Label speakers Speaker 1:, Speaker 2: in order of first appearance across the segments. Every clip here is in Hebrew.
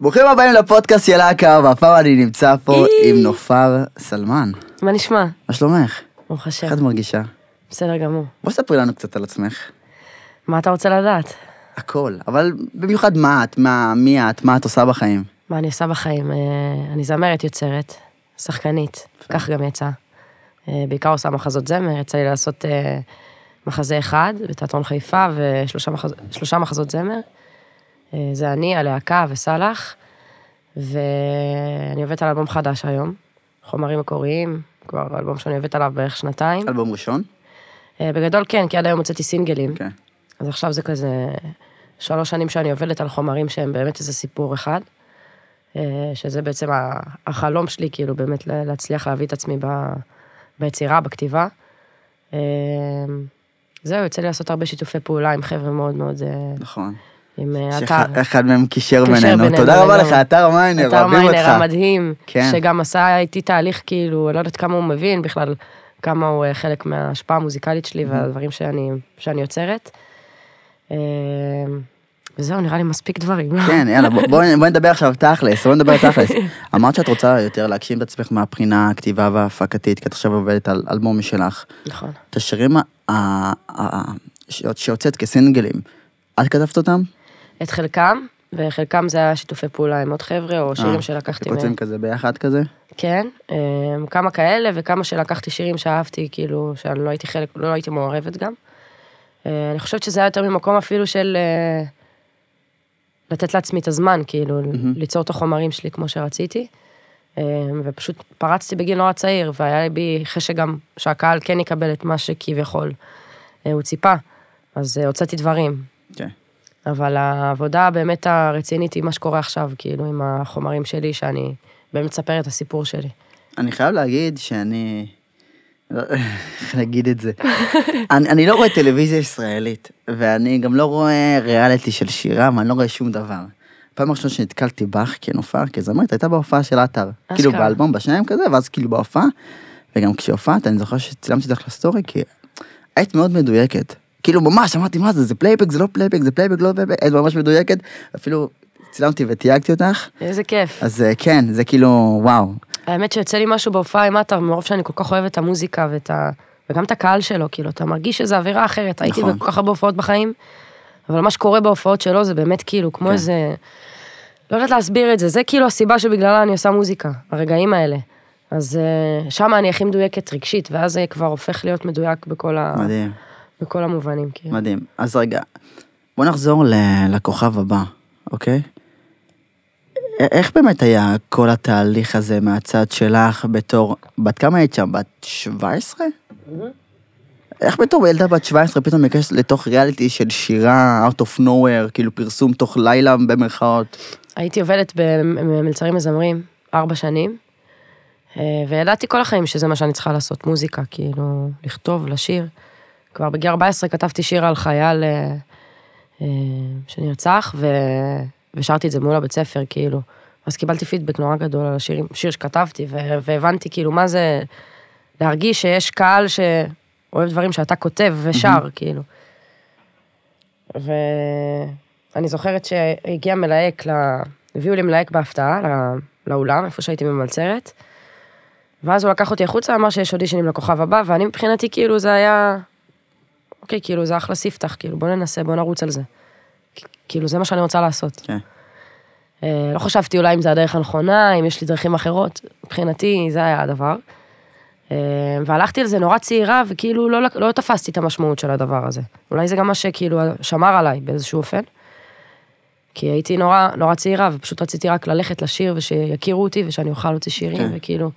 Speaker 1: ברוכים הבאים לפודקאסט של להקה, והפעם אני נמצא פה
Speaker 2: אי.
Speaker 1: עם נופר סלמן.
Speaker 2: מה נשמע?
Speaker 1: מה שלומך?
Speaker 2: ברוך השם.
Speaker 1: איך את מרגישה?
Speaker 2: בסדר גמור.
Speaker 1: בוא ספרי לנו קצת על עצמך.
Speaker 2: מה אתה רוצה לדעת?
Speaker 1: הכל, אבל במיוחד מה את, מה, מי את, מה את עושה בחיים.
Speaker 2: מה אני עושה בחיים? אה, אני זמרת יוצרת, שחקנית, כך גם יצא. אה, בעיקר עושה מחזות זמר, יצא לי לעשות אה, מחזה אחד בתיאטרון חיפה ושלושה מחז... שלושה מחזות זמר. אה, זה אני, הלהקה וסאלח, ואני עובדת על אלבום חדש היום, חומרים מקוריים, כבר אלבום שאני עובדת עליו בערך שנתיים.
Speaker 1: אלבום ראשון?
Speaker 2: אה, בגדול כן, כי עד היום הוצאתי סינגלים.
Speaker 1: כן.
Speaker 2: אז עכשיו זה כזה שלוש שנים שאני עובדת על חומרים שהם באמת איזה סיפור אחד, אה, שזה בעצם ה- החלום שלי, כאילו באמת ל- להצליח להביא את עצמי ב- ביצירה, בכתיבה. אה, זהו, יוצא לי לעשות הרבה שיתופי פעולה עם חבר'ה מאוד מאוד, אה,
Speaker 1: נכון.
Speaker 2: עם אה,
Speaker 1: שאחד
Speaker 2: אתר.
Speaker 1: אחד מהם קישר
Speaker 2: קישר
Speaker 1: בינינו.
Speaker 2: בינינו,
Speaker 1: תודה רבה
Speaker 2: לגמרי.
Speaker 1: לך, אתר מיינר,
Speaker 2: אתר
Speaker 1: אוהבים
Speaker 2: מיינר
Speaker 1: אותך.
Speaker 2: המדהים,
Speaker 1: כן.
Speaker 2: שגם עשה איתי תהליך כאילו, אני לא יודעת כמה הוא מבין בכלל, כמה הוא אה, חלק מההשפעה המוזיקלית שלי והדברים שאני, שאני יוצרת. אה, וזהו, נראה לי מספיק דברים.
Speaker 1: כן, יאללה, בוא- בואי בואי נדבר עכשיו תכלס, בואי נדבר תכלס. אמרת שאת רוצה יותר להגשים את עצמך מהבחינה הכתיבה וההפקתית, כי את עכשיו עובדת על אלבום משלך.
Speaker 2: נכון.
Speaker 1: את השירים ה- ה- ה- ש- שהוצאת כסינגלים, את כתבת אותם?
Speaker 2: את חלקם, וחלקם זה היה שיתופי פעולה עם עוד חבר'ה, או
Speaker 1: אה,
Speaker 2: שירים שלקחתי מהם.
Speaker 1: כותבים כזה ביחד כזה?
Speaker 2: כן, אה, כמה כאלה וכמה שלקחתי שירים שאהבתי, כאילו, שאני לא הייתי חלק, לא הייתי מעורבת גם. אה, אני חושבת שזה היה יותר ממקום אפילו של אה, לתת לעצמי את הזמן, כאילו, ליצור את החומרים שלי כמו שרציתי. אה, ופשוט פרצתי בגיל נורא צעיר, והיה לי בי חשק גם שהקהל כן יקבל את מה שכביכול אה, הוא ציפה. אז אה, הוצאתי דברים,
Speaker 1: כן.
Speaker 2: אבל העבודה באמת הרצינית היא מה שקורה עכשיו, כאילו, עם החומרים שלי, שאני באמת מספר את הסיפור שלי.
Speaker 1: אני חייב להגיד שאני... לא- איך להגיד את זה? אני, אני לא רואה טלוויזיה ישראלית, ואני גם לא רואה ריאליטי של שירה, ואני לא רואה שום דבר. פעם ראשונה שנתקלתי בך כנופר, כזמרת, הייתה בהופעה של עטר. כאילו באלבום, בשניים כזה, ואז כאילו בהופעה. וגם כשהופעת, אני זוכר שצילמתי אותך לסטורי, כי היית מאוד מדויקת. כאילו ממש, אמרתי, מה זה, זה פלייבק, זה לא פלייבק, זה פלייבק, לא פלייבק, היית ממש מדויקת. אפילו צילמתי ותייגתי אותך.
Speaker 2: איזה כיף.
Speaker 1: אז אה, כן, זה כאילו, וואו,
Speaker 2: האמת שיוצא לי משהו בהופעה עם עטר, מרוב שאני כל כך אוהבת את המוזיקה ואת ה... וגם את הקהל שלו, כאילו, אתה מרגיש שזו אווירה אחרת. הייתי
Speaker 1: נכון.
Speaker 2: בכל כך הרבה הופעות בחיים, אבל מה שקורה בהופעות שלו זה באמת כאילו
Speaker 1: כן.
Speaker 2: כמו איזה... לא יודעת להסביר את זה, זה כאילו הסיבה שבגללה אני עושה מוזיקה, הרגעים האלה. אז אה, שמה אני הכי מדויקת רגשית, ואז זה כבר הופך להיות מדויק בכל, ה...
Speaker 1: מדהים.
Speaker 2: בכל המובנים, כאילו.
Speaker 1: מדהים. אז רגע, בוא נחזור ל- לכוכב הבא, אוקיי? א- איך באמת היה כל התהליך הזה מהצד שלך בתור, בת כמה היית שם? בת 17?
Speaker 2: Mm-hmm.
Speaker 1: איך בתור ילדה בת 17 פתאום ניגשת לתוך ריאליטי של שירה out of nowhere, כאילו פרסום תוך לילה במרכאות?
Speaker 2: הייתי עובדת במלצרים מזמרים ארבע שנים, אה, וידעתי כל החיים שזה מה שאני צריכה לעשות, מוזיקה, כאילו, לכתוב, לשיר. כבר בגיל 14 כתבתי שיר על חייל אה, אה, שנרצח, ו... ושרתי את זה מול הבית ספר, כאילו. אז קיבלתי פידבק נורא גדול על השיר, שיר שכתבתי, ו... והבנתי כאילו מה זה להרגיש שיש קהל שאוהב דברים שאתה כותב ושר, כאילו. ואני זוכרת שהגיע מלהק, ל- הביאו לי מלהק בהפתעה לא- לאולם, איפה שהייתי ממלצרת, ואז הוא לקח אותי החוצה, אמר שיש אודישנים לכוכב הבא, ואני מבחינתי כאילו זה היה, אוקיי, כאילו זה אחלה ספתח, כאילו בוא ננסה, בוא נרוץ על זה. כ- כאילו זה מה שאני רוצה לעשות.
Speaker 1: כן.
Speaker 2: אה, לא חשבתי אולי אם זה הדרך הנכונה, אם יש לי דרכים אחרות. מבחינתי, זה היה הדבר. אה, והלכתי על זה נורא צעירה, וכאילו לא, לק- לא תפסתי את המשמעות של הדבר הזה. אולי זה גם מה שכאילו שמר עליי באיזשהו אופן. כי הייתי נורא, נורא צעירה, ופשוט רציתי רק ללכת לשיר, ושיכירו אותי, ושאני אוכל להוציא שירים,
Speaker 1: כן.
Speaker 2: וכאילו...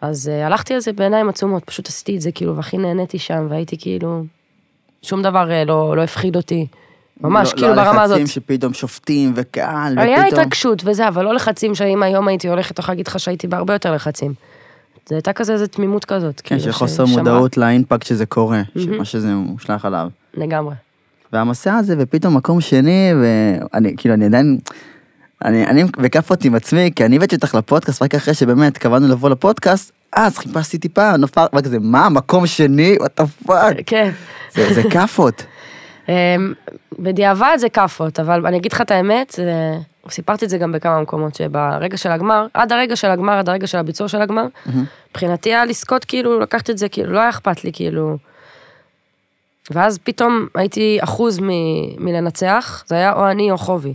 Speaker 2: אז אה, הלכתי על זה בעיניים עצומות, פשוט עשיתי את זה, כאילו, והכי נהניתי שם, והייתי כאילו... שום דבר אה, לא, לא הפחיד אותי. ממש,
Speaker 1: לא-
Speaker 2: כאילו,
Speaker 1: לא
Speaker 2: ברמה הזאת.
Speaker 1: הלחצים שפתאום שופטים וקהל,
Speaker 2: היה
Speaker 1: ופתאום...
Speaker 2: התרגשות וזה, אבל לא לחצים שאם היום הייתי הולכת, אני יכולה להגיד לך שהייתי בהרבה יותר לחצים. זה הייתה כזה איזו תמימות כזאת.
Speaker 1: כן,
Speaker 2: כאילו,
Speaker 1: של חוסר
Speaker 2: ששמרה.
Speaker 1: מודעות לאימפקט שזה קורה,
Speaker 2: Mm-hmm.
Speaker 1: שמה שזה מושלך עליו.
Speaker 2: לגמרי.
Speaker 1: והמסע הזה, ופתאום מקום שני, ואני, כאילו, אני עדיין, אני, אני בכאפות עם עצמי, כי אני הבאתי אותך לפודקאסט רק אחרי שבאמת קבענו לבוא לפודקאסט, אז חיפשתי טיפה, נופל, רק זה, מה, מקום שני? וואטה פאק.
Speaker 2: כן.
Speaker 1: זה זה כאפות.
Speaker 2: אמ, בדיעבד זה כאפות, אבל אני אגיד לך את האמת, זה- סיפרתי את זה גם בכמה מקומות, שברגע של הגמר, עד הרגע של הגמר, עד הרגע של הביצוע של הגמר, מבחינתי היה לזכות, כאילו, לקחת את זה, כאילו, לא היה אכפת לי, כאילו... ואז פתאום הייתי אחוז מ- מלנצח, זה היה או אני או חובי.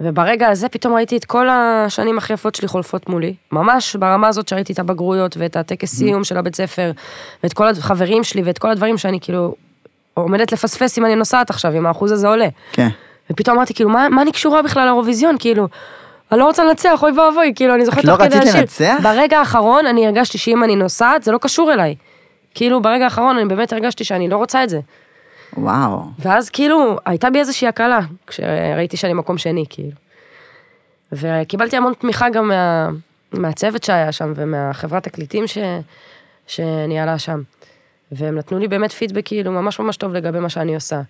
Speaker 2: וברגע הזה פתאום ראיתי את כל השנים הכי יפות שלי חולפות מולי. ממש ברמה הזאת שראיתי את הבגרויות ואת הטקס סיום של הבית ספר, ואת כל החברים שלי ואת כל הדברים שאני כאילו עומדת לפספס אם אני נוסעת עכשיו, אם האחוז הזה עולה.
Speaker 1: כן.
Speaker 2: ופתאום אמרתי, כאילו, מה, מה אני קשורה בכלל לאירוויזיון? כאילו, אני לא רוצה לנצח, אוי ואבוי, כאילו, אני
Speaker 1: את
Speaker 2: זוכרת
Speaker 1: לא
Speaker 2: תוך כדי
Speaker 1: רצית
Speaker 2: השיר.
Speaker 1: לנצח?
Speaker 2: ברגע האחרון אני הרגשתי שאם אני נוסעת, זה לא קשור אליי. כאילו, ברגע האחרון אני באמת הרגשתי שאני לא רוצה את זה.
Speaker 1: וואו.
Speaker 2: ואז כאילו, הייתה בי איזושהי הקלה, כשראיתי שאני מקום שני, כאילו. וקיבלתי המון תמיכה גם מה, מהצוות שהיה שם ומהחברת תקליטים ש, שניהלה שם. והם נתנו לי באמת פידבק כאילו ממש ממש טוב לגבי מה שאני עושה.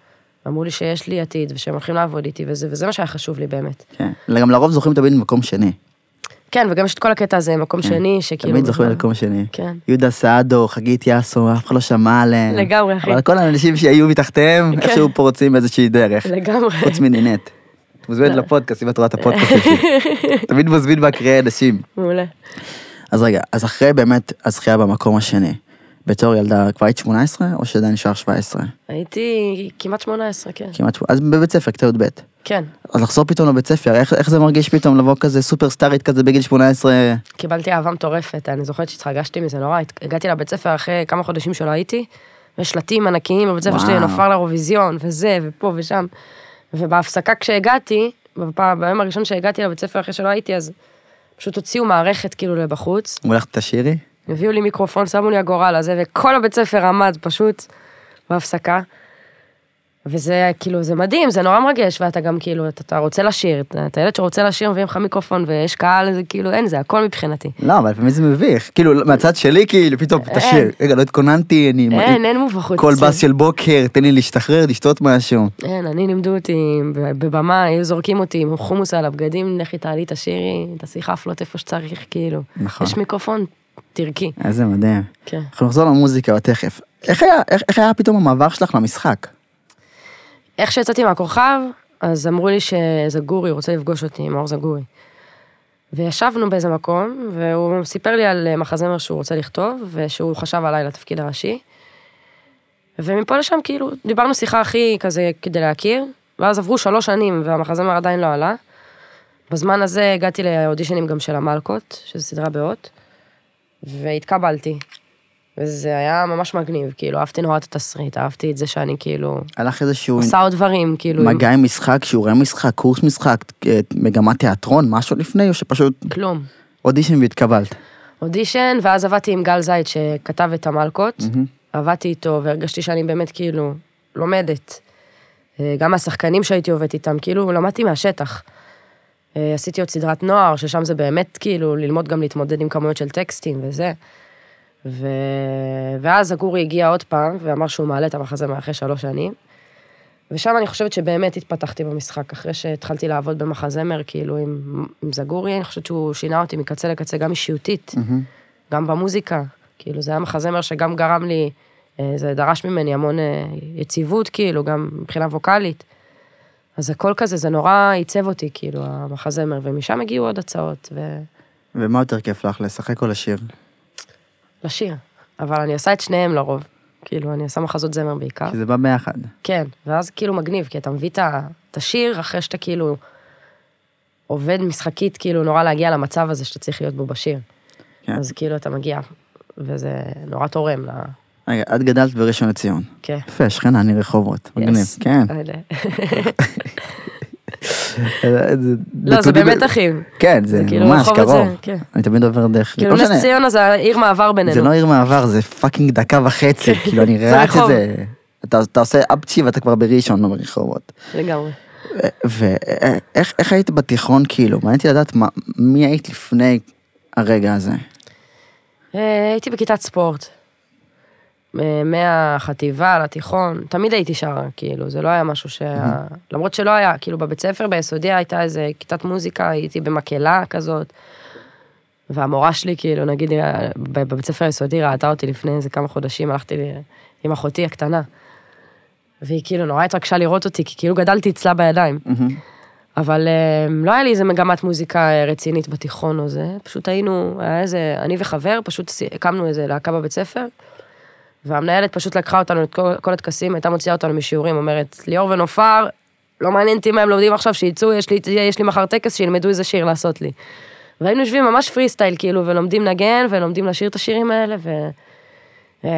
Speaker 2: אמרו לי שיש לי עתיד ושהם הולכים לעבוד איתי וזה, וזה מה שהיה חשוב לי באמת.
Speaker 1: כן. גם לרוב זוכרים תמיד במקום שני.
Speaker 2: כן, וגם יש את כל הקטע הזה, מקום שני, שכאילו...
Speaker 1: כן. תמיד זוכרים
Speaker 2: בכלל-
Speaker 1: במקום שני.
Speaker 2: כן.
Speaker 1: יהודה סעדו, חגית יאסו, אף אחד לא שמע עליהם.
Speaker 2: לגמרי, אחי. כן.
Speaker 1: אבל כל האנשים שהיו מתחתיהם, איכשהו פורצים באיזושהי דרך.
Speaker 2: לגמרי.
Speaker 1: חוץ מנינט. את
Speaker 2: לא.
Speaker 1: מוזמנת לפודקאסט, אם את רואה את הפודקאסט שלי. תמיד מזמין בהקריאי נשים.
Speaker 2: מעולה.
Speaker 1: אז רגע, אז אחרי באמת הזכייה במקום השני, בתור ילדה כבר היית 18 או שעדיין נשאר 17?
Speaker 2: הייתי כמעט 18, כן.
Speaker 1: כמעט, אז בבית ספר, כיתה י"ב.
Speaker 2: כן,
Speaker 1: אז לחזור פתאום לבית ספר, איך, איך זה מרגיש פתאום לבוא כזה סופרסטארית כזה בגיל 18?
Speaker 2: קיבלתי אהבה מטורפת, אני זוכרת שהתרגשתי מזה נורא, הת- הגעתי לבית ספר אחרי כמה חודשים שלא הייתי, ושלטים ענקיים בבית ספר שלי,
Speaker 1: וואו.
Speaker 2: נופר לאירוויזיון, וזה, ופה ושם. ובהפסקה כשהגעתי, בפעם, ביום הראשון שהגעתי לבית ספר אחרי שלא הייתי, אז פשוט הוציאו מערכת כאילו לבחוץ,
Speaker 1: אמרו לך תשאירי?
Speaker 2: הביאו לי מיקרופון, שמו לי הגורל הזה, וכל הבית ספר עמד פשוט בהפסקה. וזה כאילו, זה מדהים, זה נורא מרגש, ואתה גם כאילו, אתה, אתה רוצה לשיר, אתה, אתה ילד שרוצה לשיר, מביאים לך מיקרופון ויש קהל, זה כאילו, אין, זה הכל מבחינתי.
Speaker 1: לא, אבל לפעמים זה מביך. כאילו, מהצד שלי, כאילו, פתאום
Speaker 2: אין.
Speaker 1: תשאיר. רגע, לא התכוננתי, אני...
Speaker 2: אין, אין מובכות.
Speaker 1: כל
Speaker 2: אצלי.
Speaker 1: בס של בוקר, תן לי להשתחרר, לשתות משהו.
Speaker 2: אין, אני לימדו אותי ב- בבמה, היו זורקים אותי עם חומוס על הבגדים, לכי תעלי, תשאירי, תעשי חפלות איפה שצריך, כאילו.
Speaker 1: נכון.
Speaker 2: יש מיקרופון, תרקי.
Speaker 1: איזה מדהים.
Speaker 2: כן.
Speaker 1: אנחנו נחזור למוזיקה תכף. איך היה, איך, איך היה פתאום המעבר שלך למשחק?
Speaker 2: איך שיצאתי מהכוכב, אז אמרו לי שזגורי רוצה לפגוש אותי, מאור זגורי. וישבנו באיזה מקום, והוא סיפר לי על אה, מחזמר שהוא רוצה לכתוב, ושהוא חשב עליי לתפקיד הראשי. ומפה לשם כאילו, דיברנו שיחה הכי כזה כדי להכיר, ואז עברו שלוש שנים והמחזמר עדיין לא עלה. בזמן הזה הגעתי לאודישנים גם של המלקות, שזו סדרה באות, והתקבלתי. וזה היה ממש מגניב, כאילו, אהבתי נורא את התסריט, אהבתי את זה שאני כאילו...
Speaker 1: הלך איזשהו
Speaker 2: עושה עוד דברים, כאילו,
Speaker 1: מגע עם משחק, שיעורי משחק, קורס משחק, אה, מגמת תיאטרון, משהו לפני, או שפשוט
Speaker 2: כלום.
Speaker 1: אודישן והתקבלת?
Speaker 2: אודישן, ואז עבדתי עם גל זייד שכתב את המלקות, עבדתי איתו והרגשתי שאני באמת כאילו לומדת. אה, גם השחקנים שהייתי עובדת איתם, כאילו למדתי מהשטח. אה, עשיתי עוד סדרת נוער, ששם זה באמת כאילו ללמוד גם להתמודד עם כמויות של טקסטים וזה. ו... ואז הגורי הגיע עוד פעם ואמר שהוא מעלה את המחזמר אחרי שלוש שנים. ושם אני חושבת שבאמת התפתחתי במשחק, אחרי שהתחלתי לעבוד במחזמר, כאילו עם, עם זגורי, אני חושבת שהוא שינה אותי מקצה לקצה, גם אישיותית, גם במוזיקה. כאילו, זה היה מחזמר שגם גרם לי, אה, זה דרש ממני המון אה, יציבות, כאילו, גם מבחינה ווקאלית. אז הכל כזה, זה נורא עיצב אותי, כאילו, המחזמר, ומשם הגיעו עוד הצעות,
Speaker 1: ומה יותר כיף לך, לשחק או לשיר?
Speaker 2: ולשיר. אבל אני עושה את שניהם לרוב. כאילו, אני עושה מחזות זמר בעיקר.
Speaker 1: כי זה בא ביחד.
Speaker 2: כן, ואז כאילו מגניב, כי אתה מביא את ה- את השיר אחרי שאתה כאילו עובד משחקית, כאילו נורא להגיע למצב הזה שאתה צריך להיות בו בשיר.
Speaker 1: כן.
Speaker 2: אז כאילו אתה מגיע, וזה נורא תורם ל...
Speaker 1: רגע, את גדלת בראשון לציון.
Speaker 2: כן.
Speaker 1: יפה, שכנה, אני רחובות. מגניב.
Speaker 2: Yes.
Speaker 1: כן.
Speaker 2: אלה.
Speaker 1: לא, אה,
Speaker 2: לא, זה באמת אחים.
Speaker 1: כן, זה
Speaker 2: זה כאילו
Speaker 1: ממש
Speaker 2: רחובות
Speaker 1: קרוב.
Speaker 2: זה, כן.
Speaker 1: אני תמיד עובר דרך...
Speaker 2: כאילו
Speaker 1: לא
Speaker 2: נס
Speaker 1: משנה,
Speaker 2: ציונה זה העיר מעבר בינינו.
Speaker 1: זה לא עיר מעבר, זה פאקינג דקה וחצי. כאילו, אני
Speaker 2: זה
Speaker 1: רץ את
Speaker 2: רחוב.
Speaker 1: זה. אתה אתה עושה אפצ'י ואתה כבר בראשון, לא ברחובות.
Speaker 2: לגמרי.
Speaker 1: ואיך איך היית בתיכון כאילו? מעניין אותי לדעת מה, מי היית לפני הרגע הזה.
Speaker 2: אה, הייתי בכיתת ספורט. אה, מהחטיבה לתיכון, תמיד הייתי שרה, כאילו, זה לא היה משהו שהיה... למרות שלא היה, כאילו, בבית ספר ביסודי הייתה איזה כיתת מוזיקה, הייתי במקהלה כזאת. והמורה שלי, כאילו, נגיד, אה, ב- בבית ספר היסודי ראתה אותי לפני איזה כמה חודשים, הלכתי ל- עם אחותי הקטנה. והיא כאילו נורא התרגשה לראות אותי, כי כאילו גדלתי אצלה בידיים. אבל אה, לא היה לי איזה מגמת מוזיקה אה, רצינית בתיכון או זה, פשוט היינו, היה איזה, אני וחבר, פשוט עשי- הקמנו איזה להקה בבית ספר, והמנהלת פשוט לקחה אותנו את כל, כל הטקסים, הייתה מוציאה אותנו משיעורים, אומרת, ליאור ונופר, לא מעניין אותי מה הם לומדים עכשיו, שיצאו, יש לי, יש לי מחר טקס, שילמדו איזה שיר לעשות לי. והיינו יושבים ממש פרי סטייל, כאילו, ולומדים נגן, ולומדים לשיר את השירים האלה, ו... אה,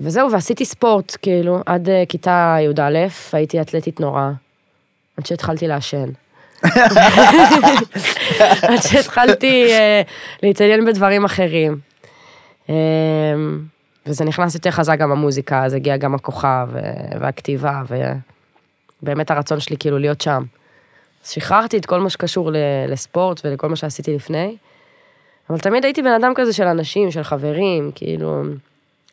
Speaker 2: וזהו, ועשיתי ספורט, כאילו, עד אה, כיתה י"א, הייתי אתלטית נורא, עד שהתחלתי לעשן. עד שהתחלתי אה, להתעניין בדברים אחרים. אה, וזה נכנס יותר חזק גם המוזיקה, אז הגיע גם הכוכב אה, והכתיבה, ובאמת הרצון שלי כאילו להיות שם. אז שחררתי את כל מה שקשור ל- לספורט ולכל מה שעשיתי לפני, אבל תמיד הייתי בן אדם כזה של אנשים, של חברים, כאילו,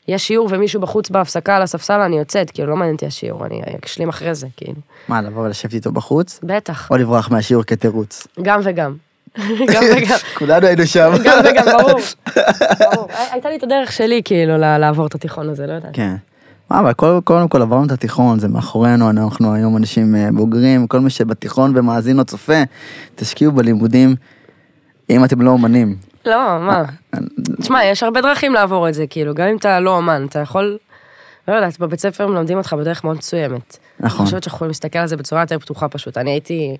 Speaker 2: יש שיעור ומישהו בחוץ בהפסקה על הספסל, אני יוצאת, כאילו, לא מעניין אותי השיעור, אני אשלים אחרי זה, כאילו.
Speaker 1: מה, לבוא ולשבת איתו בחוץ?
Speaker 2: בטח,
Speaker 1: או לברוח מהשיעור כתירוץ.
Speaker 2: גם וגם. גם וגם.
Speaker 1: כולנו היינו שם.
Speaker 2: גם וגם, ברור. ברור. הי- הייתה לי את הדרך שלי, כאילו, ל- לעבור את התיכון הזה, לא יודעת.
Speaker 1: כן. מה, אבל כל- קודם כל עברנו את התיכון, זה מאחורינו, אנחנו היום אנשים אה, בוגרים, כל מי שבתיכון ומאזין או צופה, תשקיעו בלימודים, אם אתם לא אומנים.
Speaker 2: לא, מה. תשמע, יש הרבה דרכים לעבור את זה, כאילו, גם אם אתה לא אומן, אתה יכול... לא יודעת, בבית ספר מלמדים אותך בדרך מאוד מסוימת.
Speaker 1: נכון.
Speaker 2: אני חושבת שאנחנו יכולים להסתכל על זה בצורה יותר פתוחה פשוט. אני הייתי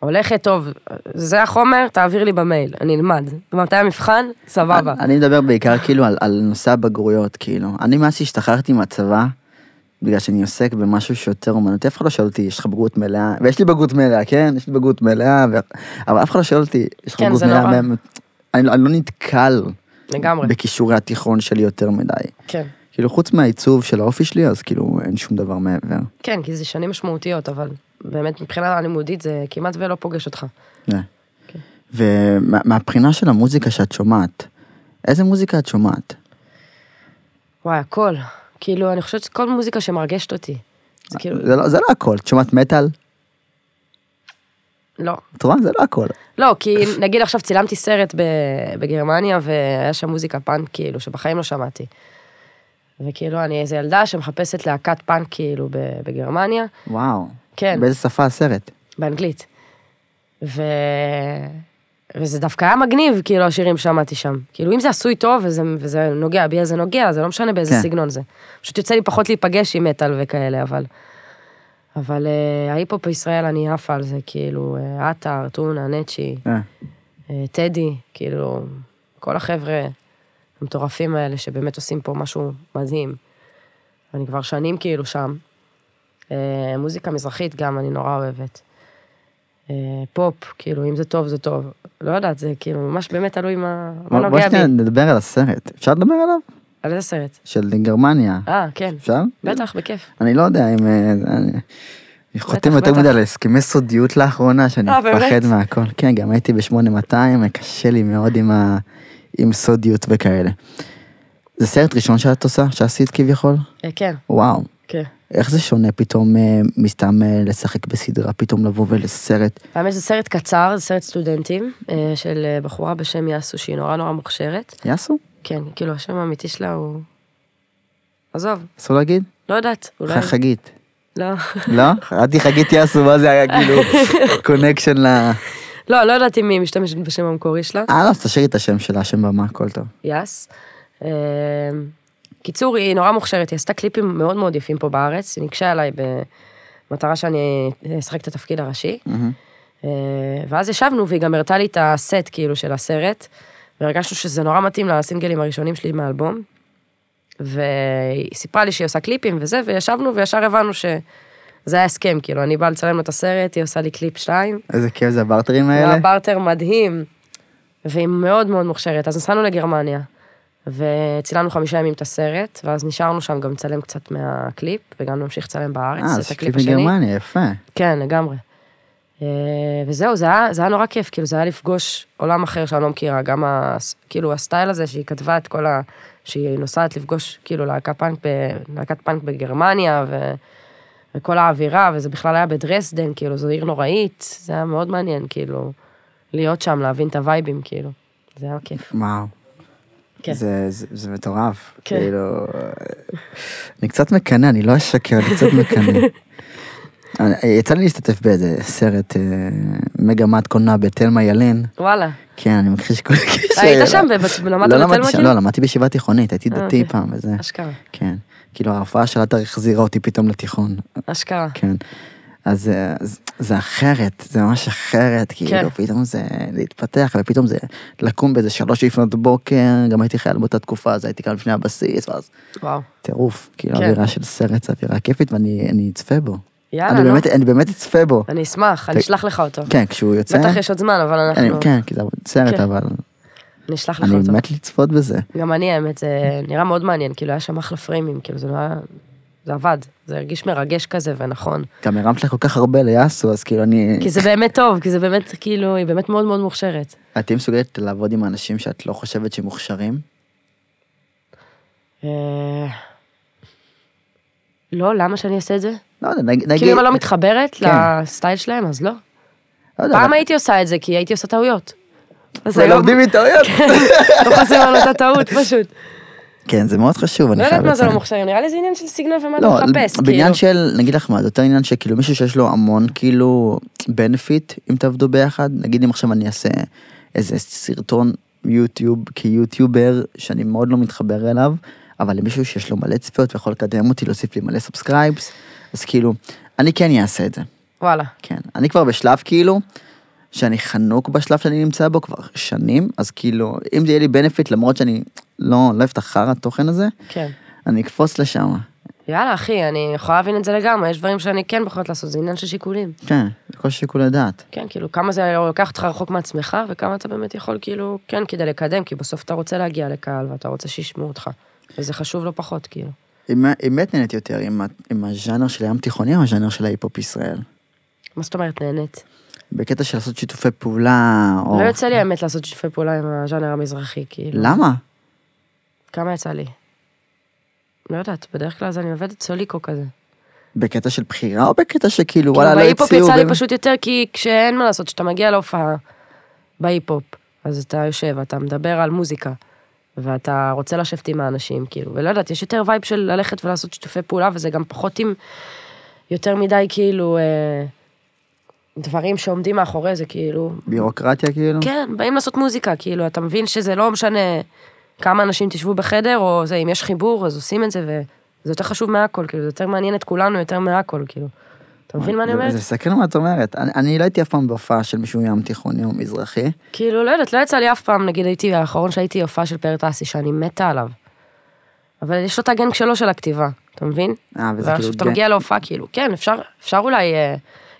Speaker 2: הולכת, טוב, זה החומר, תעביר לי במייל, אני אלמד. מתי המבחן? סבבה.
Speaker 1: אני- אני מדבר בעיקר כאילו על, על נושא הבגרויות, כאילו. אני מאז שהשתחררתי מהצבא, בגלל שאני עוסק במשהו שיותר אומנותי, אף אחד לא שואל אותי, יש לך בגרות מלאה, ויש לי בגרות מלאה, כן? יש לי בגרות מלאה, ו... אבל אף אחד לא שואל אותי, יש לך
Speaker 2: כן,
Speaker 1: בגרות
Speaker 2: זה
Speaker 1: מלאה,
Speaker 2: נורא.
Speaker 1: באמת. אני, לא- אני לא נתקל
Speaker 2: לגמרי.
Speaker 1: בכישורי התיכון שלי יותר מדי.
Speaker 2: כן.
Speaker 1: כאילו, חוץ מהעיצוב של האופי שלי, אז כאילו, אין שום דבר מעבר.
Speaker 2: כן, כי זה שנים משמעותיות, אבל באמת מבחינה לימודית זה כמעט ולא פוגש אותך.
Speaker 1: זה.
Speaker 2: כן.
Speaker 1: ומהבחינה של המוזיקה שאת שומעת, איזה מוזיקה את שומעת?
Speaker 2: וואי, הכל. כאילו, אני חושבת שכל מוזיקה שמרגשת אותי. זה כאילו,
Speaker 1: זה לא, זה לא הכל, את שומעת מטאל?
Speaker 2: לא.
Speaker 1: את רואה? זה לא הכל.
Speaker 2: לא, כי נגיד עכשיו צילמתי סרט ב- בגרמניה, והיה שם מוזיקה פאנק, כאילו, שבחיים לא שמעתי. וכאילו, אני איזה ילדה שמחפשת להקת פאנק, כאילו, ב- בגרמניה,
Speaker 1: וואו.
Speaker 2: כן.
Speaker 1: באיזה שפה הסרט?
Speaker 2: באנגלית. ו... וזה דווקא היה מגניב, כאילו, השירים שמעתי שם. כאילו, אם זה עשוי טוב וזה, וזה נוגע בי, אז זה נוגע, זה לא משנה באיזה
Speaker 1: כן.
Speaker 2: כן. סגנון זה. פשוט יוצא לי פחות להיפגש עם מטאל וכאלה, אבל... אבל אה, ההיפ-הופ בישראל, אני עפה על זה, כאילו, אה, עטר, טונה, נצ'י,
Speaker 1: אה,
Speaker 2: אה, טדי, כאילו, כל החבר'ה המטורפים האלה שבאמת עושים פה משהו מדהים. אני כבר שנים כאילו שם. אה, מוזיקה מזרחית גם, אני נורא אוהבת. אה, פופ, כאילו, אם זה טוב, זה טוב. לא יודעת, זה כאילו ממש באמת תלוי מה, מה
Speaker 1: בוא- בוא
Speaker 2: נוגע בי.
Speaker 1: שנייה נדבר על הסרט. אפשר לדבר עליו?
Speaker 2: על איזה סרט?
Speaker 1: של גרמניה.
Speaker 2: אה, כן.
Speaker 1: אפשר?
Speaker 2: בטח, בכיף.
Speaker 1: אני לא יודע אם... אה, אני- אני חותם יותר
Speaker 2: בטח.
Speaker 1: מדי על הסכמי סודיות לאחרונה, שאני
Speaker 2: אה, באמת?
Speaker 1: מפחד מהכל. כן, גם הייתי ב-8200, קשה לי מאוד עם ה- עם סודיות וכאלה. זה סרט ראשון שאת עושה, שעשית כביכול?
Speaker 2: אה, כן,
Speaker 1: וואו.
Speaker 2: כן.
Speaker 1: איך זה שונה פתאום אה, מסתם אה, לשחק בסדרה, פתאום לבוא ולסרט?
Speaker 2: האמת זה סרט קצר, זה סרט סטודנטים, אה, של אה, בחורה בשם יאסו, שהיא נורא נורא מוכשרת.
Speaker 1: יעשו?
Speaker 2: כן, כאילו, השם האמיתי שלה הוא... עזוב,
Speaker 1: אסור להגיד?
Speaker 2: לא יודעת, אולי...
Speaker 1: חגית.
Speaker 2: לא.
Speaker 1: לא? חשבתי חגית יאסו, מה זה היה כאילו קונקשן ל...
Speaker 2: לא, לא יודעת אם היא משתמשת בשם המקורי שלה,
Speaker 1: אה, לא, אז תשאירי את השם שלה, שם במה, הכל טוב.
Speaker 2: יאס. אמ, קיצור, היא נורא מוכשרת, היא עשתה קליפים מאוד מאוד יפים פה בארץ, היא ניגשה אליי במטרה שאני אשחק את התפקיד הראשי. אה, ואז ישבנו והיא גם הראתה לי את הסט כאילו של הסרט, והרגשנו שזה נורא מתאים לסינגלים הראשונים שלי מהאלבום. והיא סיפרה לי שהיא עושה קליפים וזה, וישבנו וישר הבנו שזה היה הסכם, כאילו, אני באה לצלם לו את הסרט, היא עושה לי קליפ שתיים,
Speaker 1: איזה כיף זה הברטרים האלה.
Speaker 2: היה בארטר מדהים, והיא מאוד מאוד מוכשרת. אז נסענו לגרמניה, וצילמנו חמישה ימים את הסרט, ואז נשארנו שם גם לצלם קצת מהקליפ, וגם להמשיך לצלם בארץ,
Speaker 1: אה,
Speaker 2: את
Speaker 1: אז
Speaker 2: הקליפ
Speaker 1: קליפ
Speaker 2: השני.
Speaker 1: מגרמניה, יפה.
Speaker 2: כן, לגמרי. אה, וזהו, זה היה, זה היה נורא כיף, כאילו זה היה לפגוש עולם אחר שאני לא מכירה, גם ה, כאילו הסטייל הזה שהיא כתבה את כל ה... שהיא נוסעת לפגוש כאילו להקה פאנק ב, להקת פאנק בגרמניה, ו, וכל האווירה, וזה בכלל היה בדרסדן, כאילו זו עיר נוראית, זה היה מאוד מעניין, כאילו, להיות שם, להבין את הווייבים, כאילו, זה היה כיף.
Speaker 1: וואו.
Speaker 2: כן.
Speaker 1: זה, זה, זה מטורף,
Speaker 2: כן.
Speaker 1: כאילו, אה, אני קצת מקנא, אני לא אשקר, אני קצת מקנא. אני- יצא לי להשתתף באיזה סרט אה, מגמת קולנוע בתלמה ילין.
Speaker 2: וואלה.
Speaker 1: כן, אני מכחיש כל קשר.
Speaker 2: היית שם ב- למדת
Speaker 1: לא
Speaker 2: בתלמה
Speaker 1: למדתי שם,
Speaker 2: כאילו?
Speaker 1: לא, למדתי בישיבה תיכונית, הייתי
Speaker 2: אה,
Speaker 1: דתי
Speaker 2: אוקיי.
Speaker 1: פעם וזה.
Speaker 2: אשכרה,
Speaker 1: כן. כאילו ההופעה של עטר החזירה אותי פתאום לתיכון.
Speaker 2: אשכרה.
Speaker 1: כן. אז אה, אז זה אחרת, זה ממש אחרת,
Speaker 2: כן.
Speaker 1: כאילו, פתאום זה להתפתח, ופתאום זה לקום באיזה שלוש לפנות בוקר, גם הייתי חייל באותה תקופה, אז הייתי כאן לפני הבסיס, ואז
Speaker 2: וואו.
Speaker 1: טירוף, כאילו,
Speaker 2: כן.
Speaker 1: אווירה של סרט, זה אווירה כיפית, ואני אני אצפה בו.
Speaker 2: יאללה, לא.
Speaker 1: אני
Speaker 2: נו.
Speaker 1: באמת, אני באמת אצפה בו.
Speaker 2: אני אשמח, אני
Speaker 1: ת-
Speaker 2: אשלח לך אותו.
Speaker 1: כן, כשהוא יוצא.
Speaker 2: בטח יש עוד זמן, אבל
Speaker 1: אני-
Speaker 2: אנחנו...
Speaker 1: כן, כי זה סרט,
Speaker 2: כן. נכון.
Speaker 1: אבל
Speaker 2: אני אשלח לך
Speaker 1: אני
Speaker 2: אותו.
Speaker 1: מת לצפות בזה.
Speaker 2: גם אני, האמת, זה נראה מאוד מעניין, כאילו, היה שם אחלה פריימים, כאילו, זה נראה... זה עבד, זה הרגיש מרגש כזה ונכון.
Speaker 1: גם הרמת לך כל כך הרבה ליאסו, אז כאילו אני...
Speaker 2: כי זה באמת טוב, כי זה באמת, כאילו, היא באמת מאוד מאוד מוכשרת.
Speaker 1: את תהיי מסוגלת לעבוד עם אנשים שאת לא חושבת שהם מוכשרים?
Speaker 2: אה, לא, למה שאני אעשה את זה?
Speaker 1: לא יודע, נג- נגיד...
Speaker 2: כאילו, אם אני לא מתחברת
Speaker 1: כן.
Speaker 2: לסטייל שלהם, אז לא.
Speaker 1: לא יודע,
Speaker 2: פעם
Speaker 1: אבל-
Speaker 2: הייתי עושה את זה, כי הייתי עושה טעויות. אז היום
Speaker 1: ולומדים מטעויות.
Speaker 2: לא חוזרים על אותה טעות, פשוט.
Speaker 1: כן, זה מאוד חשוב, אני
Speaker 2: לא
Speaker 1: חייב
Speaker 2: יודעת מה זה לא
Speaker 1: לציין.
Speaker 2: מוכשר, נראה לי זה עניין של סגנון ומה אתה
Speaker 1: לא,
Speaker 2: מחפש, כאילו.
Speaker 1: בעניין של, נגיד לך מה, זה יותר עניין שכאילו מישהו שיש לו המון כאילו benefit אם תעבדו ביחד, נגיד אם עכשיו אני אעשה איזה סרטון יוטיוב כיוטיובר שאני מאוד לא מתחבר אליו, אבל למישהו שיש לו מלא צפיות ויכול לקדם אותי, להוסיף לי מלא סאבסקרייבס, אז כאילו, אני כן אעשה את זה,
Speaker 2: וואלה.
Speaker 1: כן. אני כבר בשלב כאילו, שאני חנוק בשלב שאני נמצא בו כבר שנים, אז כאילו, אם זה יהיה לי benefit למרות שאני לא לא אוהב את החרא התוכן הזה,
Speaker 2: כן.
Speaker 1: אני אקפוץ לשם.
Speaker 2: יאללה, אחי, אני יכולה להבין את זה לגמרי, יש דברים שאני כן בוחרת לעשות, זה עניין של שיקולים.
Speaker 1: כן, בכל שיקול הדעת.
Speaker 2: כן, כאילו, כמה זה לוקח אותך רחוק מעצמך, וכמה אתה באמת יכול, כאילו, כן, כדי לקדם, כי בסוף אתה רוצה להגיע לקהל, ואתה רוצה שישמעו אותך. וזה חשוב לא פחות, כאילו.
Speaker 1: עם עם מת נהנית יותר, עם ה- עם הז'אנר של הים תיכוני או הז'אנר של ההיפ-הופ ישראל?
Speaker 2: מה זאת אומרת נהנית?
Speaker 1: בקטע של לעשות שיתופי פעולה, או... לא.
Speaker 2: לא יוצא לי האמת לעשות שיתופי פעולה עם הז'אנר המזרחי, כאילו.
Speaker 1: למה?
Speaker 2: כמה יצא לי? לא יודעת, בדרך כלל אז אני עובדת סוליקו כזה.
Speaker 1: בקטע של בחירה או בקטע שכאילו,
Speaker 2: כאילו
Speaker 1: וואלה, לא
Speaker 2: בהיפ-הופ
Speaker 1: הציעו...
Speaker 2: יצא לי
Speaker 1: ב-
Speaker 2: פשוט יותר, כי כשאין מה לעשות, כשאתה מגיע להופעה בהיפ-הופ, אז אתה יושב, אתה מדבר על מוזיקה, ואתה רוצה לשבת עם האנשים, כאילו, ולא יודעת, יש יותר וייב של ללכת ולעשות שיתופי פעולה, וזה גם פחות עם יותר מדי, כאילו, אה, דברים שעומדים מאחורי זה, כאילו,
Speaker 1: בירוקרטיה כאילו?
Speaker 2: כן, באים לעשות מוזיקה, כאילו, אתה מבין שזה לא משנה כמה אנשים תשבו בחדר, או זה, אם יש חיבור, אז עושים את זה, וזה יותר חשוב מהכל, כאילו, זה יותר מעניין את כולנו יותר מהכל, כאילו. אתה מבין מה אני
Speaker 1: זה-
Speaker 2: אומרת?
Speaker 1: זה מסכן מה את אומרת. אני- אני לא הייתי אף פעם בהופעה של מישהו ים תיכוני או מזרחי.
Speaker 2: כאילו, לא יודעת, לא יצא לי אף פעם, נגיד הייתי, האחרון שהייתי הופעה של פרט אסי, שאני מתה עליו. אבל יש לו את הגנג שלו של הכתיבה, אתה מבין?
Speaker 1: אה, וזה
Speaker 2: ועכשיו
Speaker 1: כאילו...
Speaker 2: אתה
Speaker 1: גן-
Speaker 2: מגיע להופעה, כאילו, כן, אפשר, אפשר אולי, אה,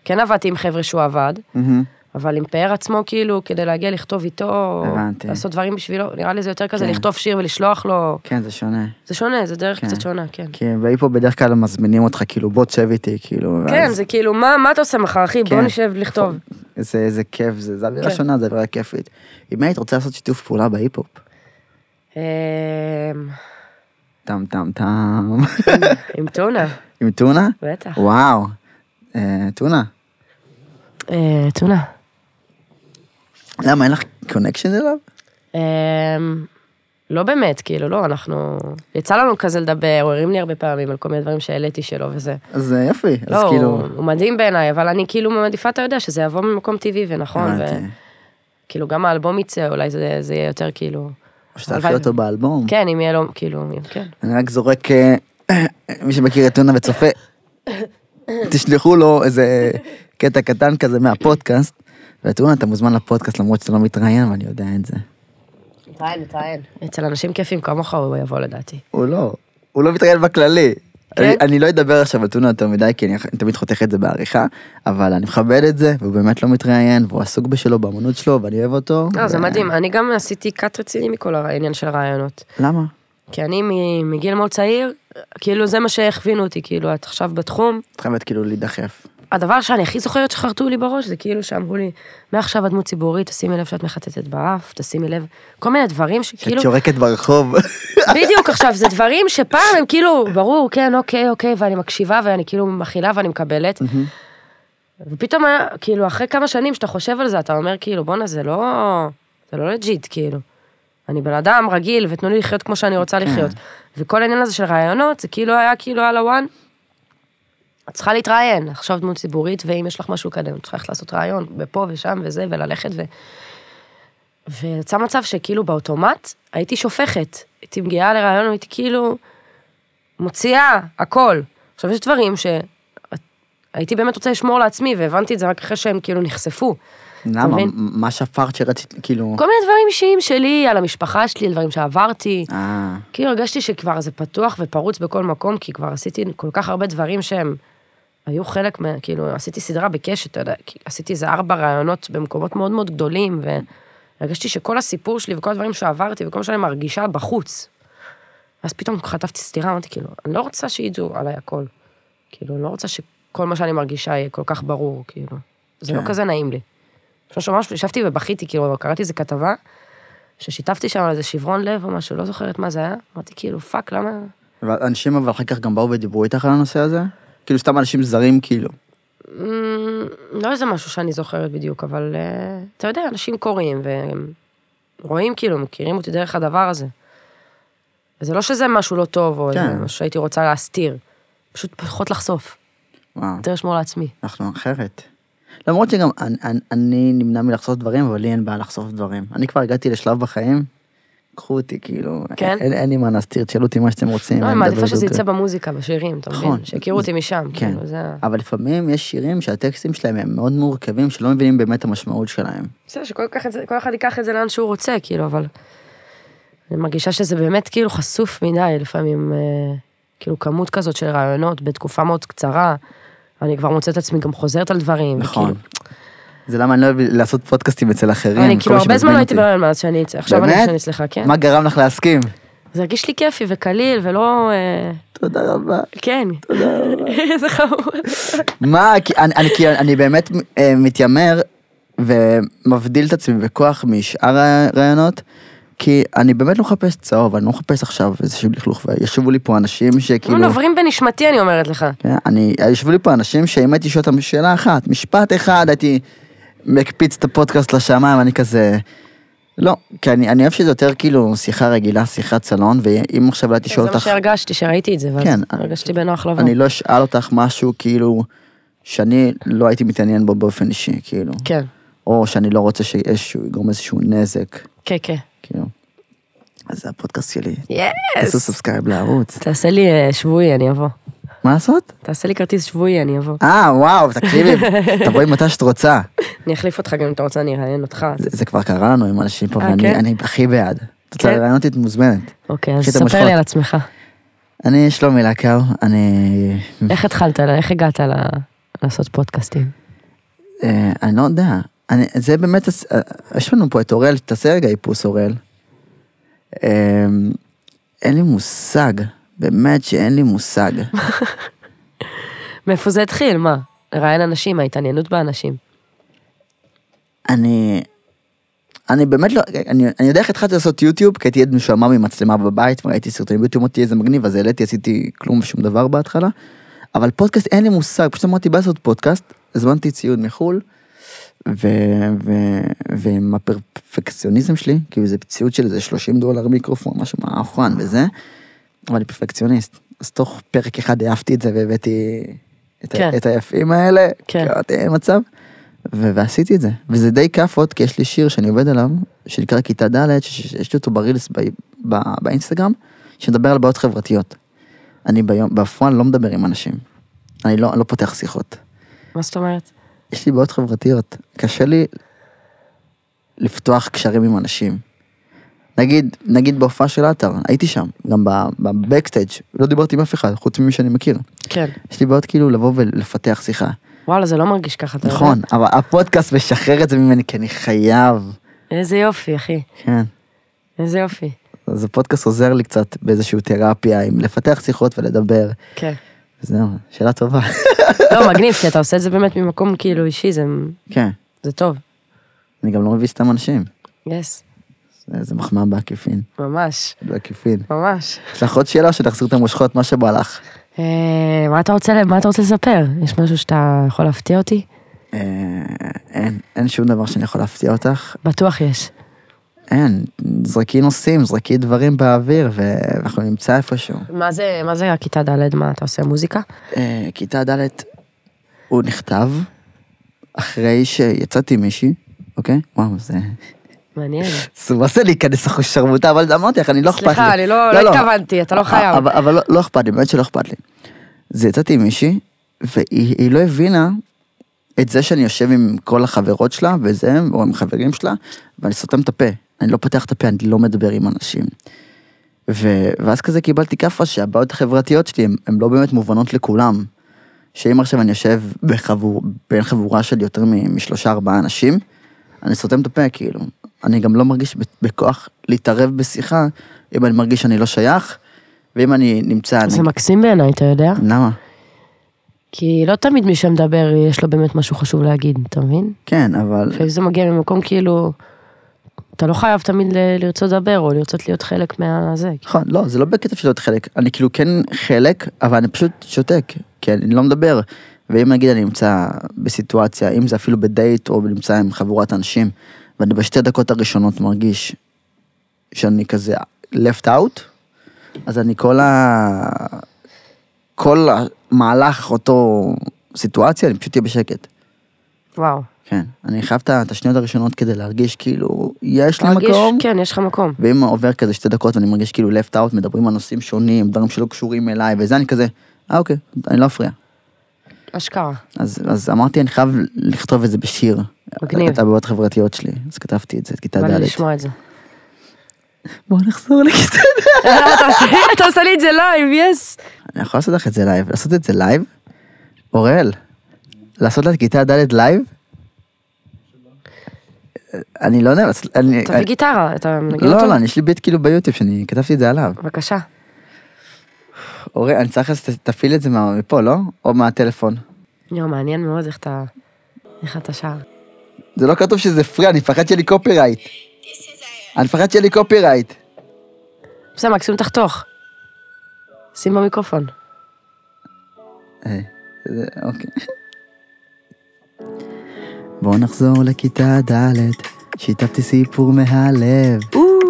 Speaker 2: כן עבדתי עם חבר'ה שהוא עבד,
Speaker 1: מהמם.
Speaker 2: אבל עם פאר עצמו, כאילו, כדי להגיע לכתוב איתו,
Speaker 1: הבנתי.
Speaker 2: לעשות דברים בשבילו, נראה לי זה יותר כזה
Speaker 1: כן.
Speaker 2: לכתוב שיר ולשלוח לו,
Speaker 1: כן, זה שונה.
Speaker 2: זה שונה, זה דרך
Speaker 1: כן.
Speaker 2: קצת שונה, כן.
Speaker 1: כי בהיפ-הופ בדרך כלל מזמינים אותך, כאילו, בוא תשב איתי, כאילו.
Speaker 2: כן,
Speaker 1: ואז-
Speaker 2: זה כאילו, מה מה אתה עושה מחר, אחי? בוא
Speaker 1: כן.
Speaker 2: נשב לכתוב.
Speaker 1: זה זה כיף, זה זה אווירה
Speaker 2: כן.
Speaker 1: שונה, זה אווירה כיפית. אם היית רוצה לעשות שיתוף פעולה בהיפ-הופ,
Speaker 2: אמ,
Speaker 1: טם טם טם,
Speaker 2: עם טונה,
Speaker 1: עם טונה?
Speaker 2: בטח.
Speaker 1: וואו, אה, טונה.
Speaker 2: אה, טונה.
Speaker 1: למה אין לך קונקשן אליו?
Speaker 2: אמ, לא באמת, כאילו, לא, אנחנו... יצא לנו כזה לדבר, הוא הרים לי הרבה פעמים על כל מיני דברים שהעליתי שלו וזה.
Speaker 1: אז אה, יופי, אז
Speaker 2: לא,
Speaker 1: כאילו...
Speaker 2: הוא- הוא מדהים בעיניי, אבל אני כאילו מעדיפה, אתה יודע, שזה יבוא ממקום טבעי ונכון,
Speaker 1: הבנתי.
Speaker 2: וכאילו, גם האלבום יצא, אולי זה זה יהיה יותר כאילו...
Speaker 1: או שתערכי אותו באלבום.
Speaker 2: כן, אם יהיה לו, כאילו, אם- כן.
Speaker 1: אני רק זורק, אה, מי שמכיר את טונה וצופה, תשלחו לו איזה קטע קטן כזה מהפודקאסט. וטונה, אתה מוזמן לפודקאסט למרות שאתה לא מתראיין, ואני יודע את זה.
Speaker 2: נתראיין, נתראיין. אצל אנשים כיפים כמוך הוא יבוא לדעתי.
Speaker 1: הוא לא, הוא לא מתראיין בכללי.
Speaker 2: כן?
Speaker 1: אני, אני לא אדבר עכשיו על טונה יותר מדי, כי אני, אני תמיד חותך את זה בעריכה, אבל אני מכבד את זה, והוא באמת לא מתראיין, והוא עסוק בשלו, באמנות שלו, ואני אוהב אותו.
Speaker 2: לא, זה
Speaker 1: ו-
Speaker 2: מדהים, אני גם עשיתי קאט רציני מכל העניין של הרעיונות.
Speaker 1: למה?
Speaker 2: כי אני מ- מגיל מאוד צעיר, כאילו זה מה שהכווינו אותי, כאילו, את עכשיו בתחום,
Speaker 1: את חייבת כאילו להידחף.
Speaker 2: הדבר שאני הכי זוכרת שחרטו לי בראש, זה כאילו שאמרו לי, מעכשיו את דמות ציבורית, תשימי לב שאת מחטטת באף, תשימי לב, כל מיני דברים שכאילו,
Speaker 1: את שורקת ברחוב.
Speaker 2: בדיוק עכשיו, זה דברים שפעם הם כאילו, ברור, כן, אוקיי, אוקיי, ואני מקשיבה ואני כאילו מכילה ואני מקבלת. ופתאום היה, כאילו, אחרי כמה שנים שאתה חושב על זה, אתה אומר, כאילו, בואנה, זה לא, זה לא לג'יט, כאילו. אני בן אדם רגיל, ותנו לי לחיות כמו שאני רוצה לחיות. וכל העניין הזה של רעיונות, זה כאילו היה כאילו על הוואן, את צריכה להתראיין, עכשיו דמות ציבורית, ואם יש לך משהו לקדם, את צריכה ללכת לעשות ראיון, ופה ושם וזה, וללכת ו... ויצא מצב שכאילו באוטומט הייתי שופכת, הייתי מגיעה לראיון, הייתי כאילו מוציאה הכל. עכשיו, יש דברים שהייתי באמת רוצה לשמור לעצמי, והבנתי את זה רק אחרי שהם כאילו נחשפו.
Speaker 1: למה?
Speaker 2: מבין?
Speaker 1: מה שפרת שרצית, כאילו...
Speaker 2: כל מיני דברים אישיים שלי, על המשפחה שלי, על דברים שעברתי.
Speaker 1: אה,
Speaker 2: כאילו הרגשתי שכבר זה פתוח ופרוץ בכל מקום, כי כבר עשיתי כל כך הרבה דברים שהם היו חלק מה... כאילו, עשיתי סדרה בקשת, אתה יודע, כי עשיתי איזה ארבע ראיונות במקומות מאוד מאוד גדולים, והרגשתי שכל הסיפור שלי וכל הדברים שעברתי וכל מה שאני מרגישה בחוץ. אז פתאום חטפתי סטירה, אמרתי, כאילו, אני לא רוצה שידעו עליי הכל. כאילו, אני לא רוצה שכל מה שאני מרגישה יהיה כל כך ברור, כאילו. זה לא
Speaker 1: כן.
Speaker 2: כזה נעים לי. ממש ממש ישבתי ובכיתי, כאילו, קראתי איזה כתבה, ששיתפתי שם על איזה שברון לב או משהו, לא זוכרת מה זה היה. אמרתי, כאילו, פאק, למה...
Speaker 1: ואנשים אבל אחר כך גם באו ודיברו איתך על הנושא הזה? כאילו סתם אנשים זרים כאילו.
Speaker 2: אמ, לא איזה משהו שאני זוכרת בדיוק, אבל אה, אתה יודע, אנשים קוראים והם רואים, כאילו, מכירים אותי דרך הדבר הזה. וזה לא שזה משהו לא טוב, או איזה
Speaker 1: כן.
Speaker 2: משהו שהייתי רוצה להסתיר. פשוט פחות לחשוף,
Speaker 1: וואו,
Speaker 2: יותר לשמור לעצמי.
Speaker 1: אנחנו אחרת. למרות שגם אני, אני, אני נמנע מלחשוף דברים, אבל לי אין בעיה לחשוף דברים. אני כבר הגעתי לשלב בחיים, קחו אותי כאילו,
Speaker 2: כן?
Speaker 1: אין, אין לי מה להסתיר, תשאלו אותי מה שאתם רוצים.
Speaker 2: לא, אני
Speaker 1: אני
Speaker 2: מעדיפה
Speaker 1: מדבר
Speaker 2: שזה
Speaker 1: בדיוק.
Speaker 2: יצא במוזיקה, בשירים, אתה
Speaker 1: אוקיי. נכון.
Speaker 2: מבין? שיכירו אותי משם,
Speaker 1: כן.
Speaker 2: כאילו, זה... ה-
Speaker 1: אבל לפעמים יש שירים שהטקסטים שלהם הם מאוד מורכבים, שלא מבינים באמת את המשמעות שלהם.
Speaker 2: בסדר, שכל כך את זה- כל אחד ייקח את זה לאן שהוא רוצה, כאילו, אבל... אני מרגישה שזה באמת כאילו חשוף מדי, לפעמים, אה, כאילו, כמות כזאת של רעיונות בתקופה מאוד קצרה. אני כבר מוצאת את עצמי גם חוזרת על דברים.
Speaker 1: נכון.
Speaker 2: וכאילו-
Speaker 1: זה למה אני לא אוהב לעשות פודקאסטים אצל אחרים.
Speaker 2: אני
Speaker 1: כל
Speaker 2: כאילו
Speaker 1: מי
Speaker 2: הרבה זמן
Speaker 1: שמזמין
Speaker 2: לא הייתי
Speaker 1: אותי.
Speaker 2: בהריון מאז שאני אצא, עכשיו אני
Speaker 1: באמת?
Speaker 2: שאני אצלך, כן.
Speaker 1: מה גרם לך להסכים?
Speaker 2: זה הרגיש לי כיפי וקליל ולא... אה,
Speaker 1: תודה רבה.
Speaker 2: כן. תודה רבה. איזה חמור.
Speaker 1: מה, כי אני, אני, כי אני באמת אה, מתיימר ומבדיל את עצמי בכוח משאר הרעיונות, כי אני באמת לא מחפש צהוב, אני לא מחפש עכשיו איזשהו לכלוך, וישבו לי פה אנשים
Speaker 2: כאילו...
Speaker 1: שכאילו...
Speaker 2: נוברים בנשמתי, אני אומרת לך.
Speaker 1: כן, אני, ישבו לי פה אנשים שאם הייתי שואל אותם שאלה אחת, משפט אחד, הייתי מקפיץ את הפודקאסט לשמיים, אני כזה... לא, כי אני, אני אוהב שזה יותר כאילו שיחה רגילה, שיחת סלון, ואם עכשיו לא הייתי
Speaker 2: כן, זה
Speaker 1: שואל
Speaker 2: מה
Speaker 1: אותך...
Speaker 2: שהרגשתי, שראיתי את זה, ואז
Speaker 1: כן.
Speaker 2: הרגשתי בנוח לבוא.
Speaker 1: אני לא אשאל אותך משהו כאילו שאני לא הייתי מתעניין בו באופן אישי, כאילו.
Speaker 2: כן,
Speaker 1: או שאני לא רוצה שאיזשהו יגרום איזשהו נזק,
Speaker 2: כן, כן.
Speaker 1: כאילו. אז זה הפודקאסט שלי. תעשו
Speaker 2: יס!
Speaker 1: סאבסקייב לערוץ.
Speaker 2: תעשה לי אה, שבועי, אני אבוא.
Speaker 1: מה לעשות?
Speaker 2: תעשה לי כרטיס שבועי, אני אבוא.
Speaker 1: אה, וואו, תקשיבי, תבואי מתי שאת רוצה.
Speaker 2: אני אחליף אותך גם אם אתה רוצה, אני אראיין אותך.
Speaker 1: זה זה כבר קרה לנו עם אנשים פה,
Speaker 2: אה, כן?
Speaker 1: ואני אני הכי בעד. את רוצה
Speaker 2: כן?
Speaker 1: לראיין אותי? את מוזמנת.
Speaker 2: אוקיי, אז
Speaker 1: קחי את
Speaker 2: ספר
Speaker 1: המושכות.
Speaker 2: לי על עצמך.
Speaker 1: אני שלומי לקר, אני...
Speaker 2: איך התחלת, ל- איך הגעת ל- לעשות פודקאסטים?
Speaker 1: אה, אני לא יודע. אני, זה באמת, הס- אה, יש לנו פה את אוראל, תעשה רגע איפוס אוראל. אה, אין לי מושג, באמת שאין לי מושג.
Speaker 2: מאיפה זה התחיל, מה? לראיין אנשים, ההתעניינות באנשים.
Speaker 1: אני, אני באמת לא, אני, אני יודע איך התחלתי לעשות יוטיוב, כי הייתי ילד משועמם עם מצלמה בבית, וראיתי סרטונים ביוטיוב, אמרתי איזה מגניב, אז העליתי, עשיתי כלום ושום דבר בהתחלה. אבל פודקאסט אין לי מושג, פשוט אמרתי בא לעשות פודקאסט, הזמנתי ציוד מחול, ו, ו, ועם הפרפקציוניזם שלי, כאילו זה ציוד של איזה 30 דולר מיקרופון, משהו מאחורן וזה, אבל אני פרפקציוניסט, אז תוך פרק אחד העפתי את זה והבאתי את,
Speaker 2: כן.
Speaker 1: ה, את היפים האלה,
Speaker 2: כן.
Speaker 1: כן. אין מצב, ו, ועשיתי את זה, וזה די כאפות, כי יש לי שיר שאני עובד עליו, שנקרא כיתה ד', ש- ש- שיש לי אותו ברילס ב, ב, באינסטגרם, שמדבר על בעיות חברתיות. אני ביום, בפועל לא מדבר עם אנשים. אני לא, לא פותח שיחות.
Speaker 2: מה זאת אומרת?
Speaker 1: יש לי בעיות חברתיות. קשה לי לפתוח קשרים עם אנשים. נגיד, נגיד בהופעה של עטר, הייתי שם, גם ב- בבקסטייג', לא דיברתי עם אף אחד, חוץ ממי שאני מכיר.
Speaker 2: כן.
Speaker 1: יש לי בעיות כאילו לבוא ולפתח שיחה.
Speaker 2: וואלה, זה לא מרגיש ככה, אתה יודע.
Speaker 1: נכון, אבל הפודקאסט משחרר את זה ממני, כי אני חייב.
Speaker 2: איזה יופי, אחי.
Speaker 1: כן.
Speaker 2: איזה יופי.
Speaker 1: אז הפודקאסט עוזר לי קצת באיזושהי תרפיה, עם לפתח שיחות ולדבר.
Speaker 2: כן.
Speaker 1: זהו, שאלה טובה.
Speaker 2: לא, מגניב, כי אתה עושה את זה באמת ממקום כאילו אישי, זה,
Speaker 1: כן.
Speaker 2: זה טוב.
Speaker 1: אני גם לא מביא סתם אנשים.
Speaker 2: יס,
Speaker 1: זה- זה מחמאה בעקיפין.
Speaker 2: ממש,
Speaker 1: בעקיפין.
Speaker 2: ממש.
Speaker 1: יש לך עוד שאלה או שתחזיר את המושכות, מה שבא לך.
Speaker 2: אה, מה אתה רוצה, מה אתה רוצה לספר? יש משהו שאתה יכול להפתיע אותי?
Speaker 1: אה, אין, אין שום דבר שאני יכול להפתיע אותך.
Speaker 2: בטוח יש.
Speaker 1: אה, אין, זרקי נושאים, זרקי דברים באוויר, ואנחנו נמצא איפשהו.
Speaker 2: מה זה, מה זה הכיתה ד', מה אתה עושה, מוזיקה?
Speaker 1: אה, כיתה ד' הוא נכתב אחרי שיצאתי מישהי, אוקיי? וואו, זה...
Speaker 2: מעניין.
Speaker 1: זה מה זה להיכנס אחושרמוטה, אבל אמרתי לך, אני לא אכפת לי.
Speaker 2: סליחה, אני לא- לא התכוונתי, אתה לא חייב.
Speaker 1: אבל- אבל לא- לא אכפת לי, באמת שלא אכפת לי. זה יצאתי עם מישהי, והיא היא לא הבינה את זה שאני יושב עם כל החברות שלה, וזה, או עם חברים שלה, ואני סותם את הפה. אני לא פותח את הפה, אני לא מדבר עם אנשים. ו... ואז כזה קיבלתי כאפה שהבעיות החברתיות שלי הן לא באמת מובנות לכולם. שאם עכשיו אני יושב בחבור, בין חבורה של יותר מ- משלושה ארבעה אנשים, אני סותם את הפה כאילו. אני גם לא מרגיש ב- בכוח להתערב בשיחה, אם אני מרגיש שאני לא שייך, ואם אני נמצא... אני...
Speaker 2: זה מקסים בעיניי, אתה יודע?
Speaker 1: למה?
Speaker 2: כי לא תמיד מי שמדבר יש לו באמת משהו חשוב להגיד, אתה מבין?
Speaker 1: כן, אבל...
Speaker 2: לפעמים זה מגיע ממקום כאילו, אתה לא חייב תמיד ל- לרצות לדבר או לרצות להיות חלק מהזה.
Speaker 1: נכון, לא, זה לא בקטע של להיות חלק. אני כאילו כן חלק, אבל אני פשוט שותק, כי אני לא מדבר. ואם נגיד אני נמצא בסיטואציה, אם זה אפילו בדייט או נמצא עם חבורת אנשים, ואני בשתי דקות הראשונות מרגיש שאני כזה left out, אז אני כל ה... כל המהלך אותו סיטואציה, אני פשוט אהיה בשקט.
Speaker 2: וואו.
Speaker 1: כן, אני חייב את ה- את השניות הראשונות כדי להרגיש כאילו, יש לי
Speaker 2: מרגיש-
Speaker 1: מקום.
Speaker 2: כן, יש לך מקום.
Speaker 1: ואם עובר כזה שתי דקות ואני מרגיש כאילו left out, מדברים על נושאים שונים, דברים שלא קשורים אליי, וזה אני כזה, אה אוקיי, אני לא אפריע.
Speaker 2: אשכרה.
Speaker 1: אז, אז אמרתי, אני חייב לכתוב את זה בשיר.
Speaker 2: מגניב.
Speaker 1: את הבעיות החברתיות שלי, אז כתבתי את זה, את כיתה
Speaker 2: בא לי
Speaker 1: ד'.
Speaker 2: לשמוע את זה. אה,
Speaker 1: בוא נחזור לכיתה ד'.
Speaker 2: אתה עושה- אתה עושה לי את זה לייב, יס.
Speaker 1: אני יכול לעשות לך את זה לייב, לעשות את זה לייב? אוראל, לעשות לה את כיתה ד' לייב? אני לא יודע, אז- אני...
Speaker 2: תביא גיטרה, אתה מנגן
Speaker 1: לא,
Speaker 2: אותו?
Speaker 1: לא, אני- יש לי ביט כאילו ביוטיוב שאני כתבתי את זה עליו.
Speaker 2: בבקשה.
Speaker 1: אוראל, אני צריך שתפעיל את זה מה- מפה, לא? או מהטלפון.
Speaker 2: יואו, מעניין מאוד איך אתה... איך אתה שר.
Speaker 1: זה לא כתוב שזה פרי, אני מפחד שיהיה לי קופירייט. אני מפחד שיהיה לי קופירייט.
Speaker 2: בסדר, מקסימום תחתוך. שים במיקרופון.
Speaker 1: אה, זה- אוקיי. בואו נחזור לכיתה ד', שיתפתי סיפור מהלב.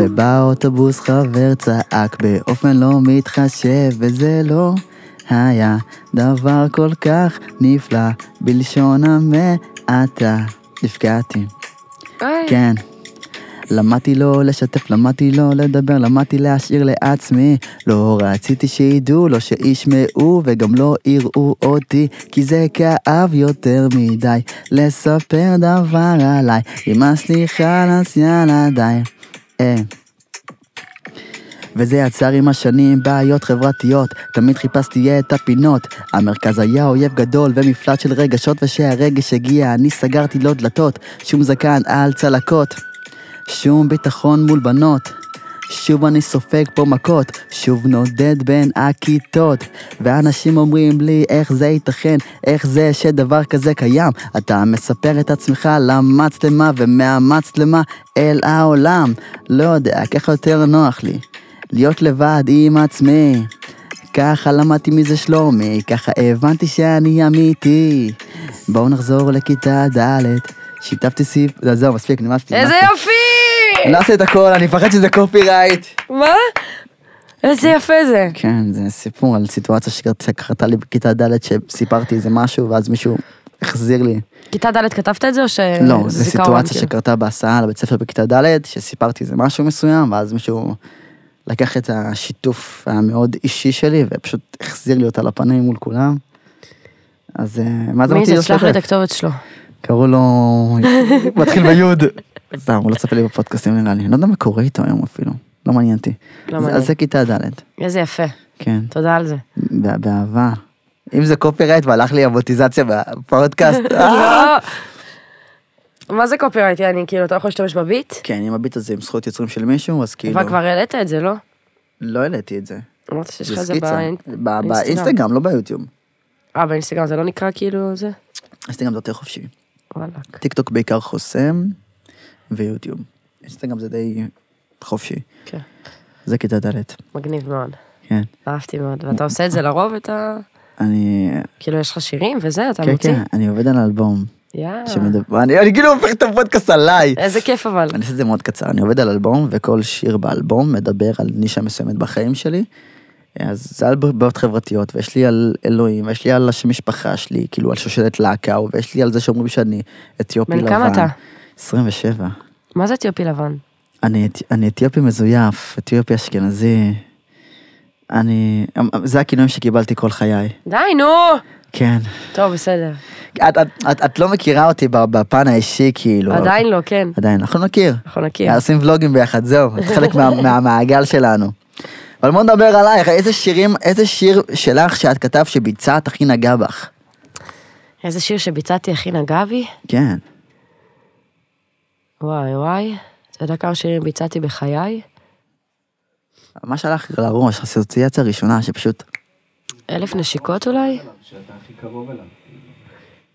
Speaker 1: ובאוטובוס חבר צעק באופן לא מתחשב, וזה לא היה דבר כל כך נפלא, בלשון המעטה. נפגעתי.
Speaker 2: היי.
Speaker 1: כן. למדתי לא לשתף, למדתי לא לדבר, למדתי להשאיר לעצמי. לא רציתי שידעו, לא שישמעו, וגם לא יראו אותי, כי זה כאב יותר מדי. לספר דבר עליי, אמא סליחה, אז יאללה די. אה. וזה יצר עם השנים בעיות חברתיות, תמיד חיפשתי את הפינות. המרכז היה אויב גדול ומפלט של רגשות, ושהרגש הגיע אני סגרתי לו דלתות, שום זקן על צלקות, שום ביטחון מול בנות. שוב אני סופג פה מכות, שוב נודד בין הכיתות. ואנשים אומרים לי, איך זה ייתכן, איך זה שדבר כזה קיים. אתה מספר את עצמך למצלמה ומהמצלמה אל העולם. לא יודע, ככה יותר נוח לי. להיות לבד עם עצמי. ככה למדתי מי זה שלומי, ככה הבנתי שאני אמיתי. בואו נחזור לכיתה ד', שיתפתי סיפ... לא, זהו, מספיק, נמאס לי.
Speaker 2: איזה
Speaker 1: נמאס לי.
Speaker 2: יופי!
Speaker 1: לא עושה את הכל, אני מפחד שזה קופירייט.
Speaker 2: מה? איזה יפה זה.
Speaker 1: כן, זה סיפור על סיטואציה שקרתה לי בכיתה ד' שסיפרתי איזה משהו, ואז מישהו החזיר לי.
Speaker 2: כיתה ד' כתבת את זה או ש...
Speaker 1: לא, זו
Speaker 2: זיכרון,
Speaker 1: סיטואציה
Speaker 2: כאילו?
Speaker 1: שקרתה בהסעה לבית ספר בכיתה ד', שסיפרתי איזה משהו מסוים, ואז מישהו לקח את השיתוף המאוד אישי שלי, ופשוט החזיר לי אותה לפנים מול כולם. אז אה, מה זה
Speaker 2: מי
Speaker 1: אמרתי
Speaker 2: זה?
Speaker 1: לו
Speaker 2: שלח לי את
Speaker 1: שלכם?
Speaker 2: הכתובת שלו.
Speaker 1: קראו לו... מתחיל ביוד. סתם, הוא לא צפה לי בפודקאסטים נראה לי, אני לא יודע מה קורה איתו היום אפילו, לא מעניין אותי.
Speaker 2: לא
Speaker 1: אז-
Speaker 2: מעניין.
Speaker 1: אז זה כיתה ד',
Speaker 2: איזה יפה.
Speaker 1: כן.
Speaker 2: תודה על זה.
Speaker 1: בא- באהבה. אם זה קופירייט והלך לי המוטיזציה בפודקאסט. אה.
Speaker 2: לא. מה זה קופירייט, יעני? כאילו, אתה לא יכול להשתמש בביט?
Speaker 1: כן, אם הביט הזה עם זכויות יוצרים של מישהו, אז כאילו...
Speaker 2: אבל כבר העלית את זה, לא?
Speaker 1: לא העליתי את זה.
Speaker 2: אמרת שיש לך
Speaker 1: זה
Speaker 2: את זה
Speaker 1: סקיצה.
Speaker 2: באינ-
Speaker 1: ב- באינסטגרם, לא ביוטיוב.
Speaker 2: אה, באינסטגרם זה לא נקרא כאילו זה?
Speaker 1: אינסטגרם זה יותר חופשי.
Speaker 2: וואלכ.
Speaker 1: טיק טוק בעיקר חוסם, ויוטיוב. אינסטגרם זה די חופשי.
Speaker 2: כן.
Speaker 1: זה כיתה ד'.
Speaker 2: מגניב מאוד.
Speaker 1: כן.
Speaker 2: אהבתי מאוד. ואתה עושה את זה לרוב, אתה...
Speaker 1: אני...
Speaker 2: כאילו, יש לך שירים וזה, אתה
Speaker 1: כן,
Speaker 2: מוציא? אה.
Speaker 1: כן, אני עובד על האלבום.
Speaker 2: יאה.
Speaker 1: שמדבר... אני אני כאילו הופך את הפודקאסט עליי.
Speaker 2: איזה כיף אבל.
Speaker 1: אני אעשה את זה מאוד קצר, אני עובד על אלבום, וכל שיר באלבום מדבר על נישה מסוימת בחיים שלי. אז זה על בעיות חברתיות, ויש לי על אלוהים, ויש לי על השם משפחה שלי, כאילו על שושלת לעקאו, ויש לי על זה שאומרים שאני אתיופי
Speaker 2: בן
Speaker 1: לבן.
Speaker 2: כמה אתה?
Speaker 1: 27.
Speaker 2: מה זה אתיופי לבן?
Speaker 1: אני, אתי- אני אתיופי מזויף, אתיופי אשכנזי. אני... זה הכינויים שקיבלתי כל חיי.
Speaker 2: די, נו!
Speaker 1: כן.
Speaker 2: טוב, בסדר.
Speaker 1: את, את, את, את לא מכירה אותי בפן האישי, כאילו.
Speaker 2: עדיין לא, כן.
Speaker 1: עדיין, אנחנו נכיר.
Speaker 2: אנחנו נכיר.
Speaker 1: עושים ולוגים ביחד, זהו, את חלק מה, מהמעגל שלנו. אבל בוא נדבר עלייך, איזה שירים, איזה שיר שלך שאת כתבת שביצעת הכי נגע בך.
Speaker 2: איזה שיר שביצעתי הכי נגע בי?
Speaker 1: כן.
Speaker 2: וואי וואי. אתה יודע כמה שירים ביצעתי בחיי?
Speaker 1: מה שהלך לראש, האסוציאציה הראשונה שפשוט,
Speaker 2: אלף נשיקות אולי?
Speaker 3: שאתה הכי קרוב אליו,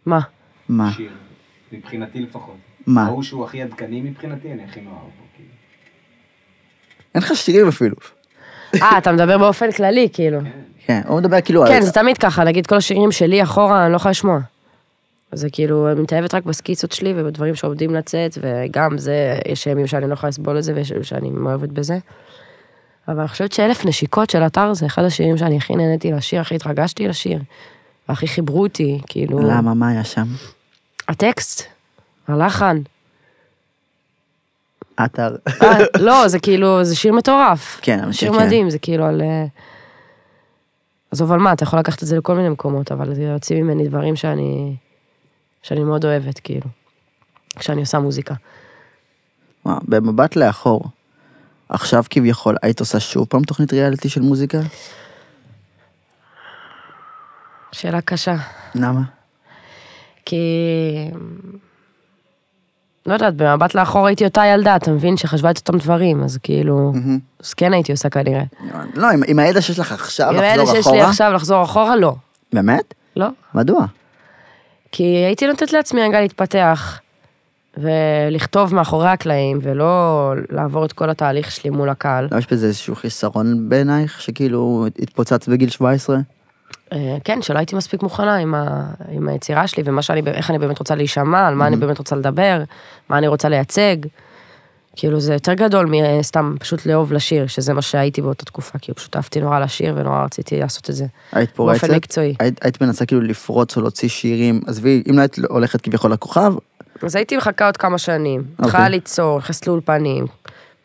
Speaker 2: מה?
Speaker 1: מה,
Speaker 3: שיר, מבחינתי לפחות.
Speaker 1: מה?
Speaker 3: ההוא שהוא הכי עדכני מבחינתי, אני הכי מאוהב בו, כאילו.
Speaker 1: אין לך שירים אפילו.
Speaker 2: אה, אתה מדבר באופן כללי, כאילו.
Speaker 1: כן, הוא מדבר כאילו
Speaker 2: כן,
Speaker 1: על...
Speaker 2: זה תמיד ככה, נגיד כל השירים שלי אחורה, אני לא יכולה לשמוע. זה כאילו, אני מתאהבת רק בסקיצות שלי ובדברים שעומדים לצאת, וגם זה, יש ימים שאני לא יכולה לסבול את זה, ויש ימים שאני מאוהבת בזה. אבל אני חושבת שאלף נשיקות של אתר זה אחד השירים שאני הכי נהניתי לשיר, הכי התרגשתי לשיר, והכי חיברו אותי, כאילו...
Speaker 1: למה, מה היה שם?
Speaker 2: הטקסט, הלחן.
Speaker 1: אתר.
Speaker 2: אה, לא, זה כאילו, זה שיר מטורף.
Speaker 1: כן, אני
Speaker 2: שיר
Speaker 1: חושב, כן.
Speaker 2: מדהים, זה כאילו על... אה, עזוב על מה, אתה יכול לקחת את זה לכל מיני מקומות, אבל זה יוצאים ממני דברים שאני... שאני מאוד אוהבת, כאילו. כשאני עושה מוזיקה.
Speaker 1: וואו, במבט לאחור, עכשיו כביכול, היית עושה שוב פעם תוכנית ריאליטי של מוזיקה?
Speaker 2: שאלה קשה.
Speaker 1: למה?
Speaker 2: כי... אמ, לא יודעת, במבט לאחור הייתי אותה ילדה, אתה מבין? שחשבה את אותם דברים, אז כאילו... אז כן הייתי עושה כנראה.
Speaker 1: לא, עם- עם הידע שיש לך עכשיו,
Speaker 2: עם האלה
Speaker 1: אה, לחזור
Speaker 2: שיש לי
Speaker 1: אחורה.
Speaker 2: עכשיו לחזור אחורה, לא.
Speaker 1: באמת?
Speaker 2: לא.
Speaker 1: מדוע?
Speaker 2: כי הייתי נותנת לעצמי רגע להתפתח ולכתוב מאחורי הקלעים ולא לעבור את כל התהליך שלי מול הקהל.
Speaker 1: לא יש בזה איזשהו חיסרון בעינייך, שכאילו התפוצץ בגיל 17?
Speaker 2: אה, כן, שלא הייתי מספיק מוכנה עם, ה... עם היצירה שלי ומה שאני, איך אני באמת רוצה להישמע, על מה אני באמת רוצה לדבר, מה אני רוצה לייצג. כאילו זה יותר גדול מסתם פשוט לאהוב לשיר, שזה מה שהייתי באותה תקופה, כאילו פשוט אהבתי נורא לשיר ונורא רציתי לעשות את זה.
Speaker 1: היית פורצת?
Speaker 2: באופן מקצועי.
Speaker 1: היית, היית מנסה כאילו לפרוץ או להוציא שירים, עזבי, אם לא היית הולכת כביכול לכוכב,
Speaker 2: אז הייתי מחכה עוד כמה שנים, מתחילה
Speaker 1: אוקיי.
Speaker 2: ליצור, נכנסת לאולפנים,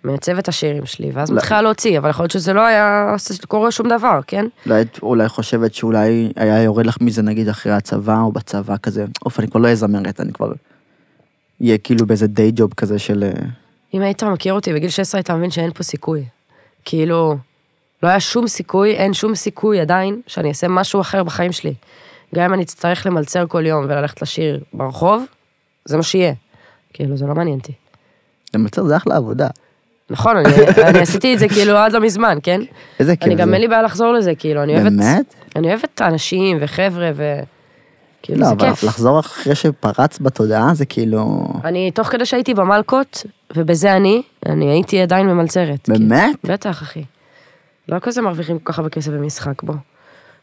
Speaker 2: מעצבת את השירים שלי, ואז
Speaker 1: לא.
Speaker 2: מתחילה להוציא, אבל יכול להיות שזה לא היה קורה שום דבר, כן?
Speaker 1: לא היית אולי חושבת שאולי היה יורד לך מזה נגיד אחרי הצבא או בצבא כזה, אוף, אני כבר לא אהיה זמרת, אני כבר... יהיה כאילו באיזה דיי ג'וב כזה של... אה,
Speaker 2: אם היית מכיר אותי בגיל 16, היית מבין שאין פה סיכוי. כאילו, לא היה שום סיכוי, אין שום סיכוי עדיין שאני אעשה משהו אחר בחיים שלי. גם אם אני אצטרך למלצר כל יום וללכת לשיר ברחוב, זה מה שיהיה. כאילו, זה לא מעניין אותי.
Speaker 1: למלצר זה אחלה עבודה.
Speaker 2: נכון, אני, אני עשיתי את זה כאילו עד לא מזמן, כן?
Speaker 1: איזה כיף
Speaker 2: אני גם
Speaker 1: זה.
Speaker 2: אין לי בעיה לחזור לזה, כאילו, אני אוהבת...
Speaker 1: באמת?
Speaker 2: אני אוהבת אנשים וחבר'ה ו... כאילו,
Speaker 1: לא,
Speaker 2: זה
Speaker 1: אבל
Speaker 2: כיף.
Speaker 1: לחזור אחרי שפרץ בתודעה זה כאילו...
Speaker 2: אני, תוך כדי שהייתי במלקות, ובזה אני, אני הייתי עדיין ממלצרת. כאילו.
Speaker 1: באמת?
Speaker 2: בטח, אחי. לא כזה מרוויחים כל כך הרבה כסף במשחק, בוא.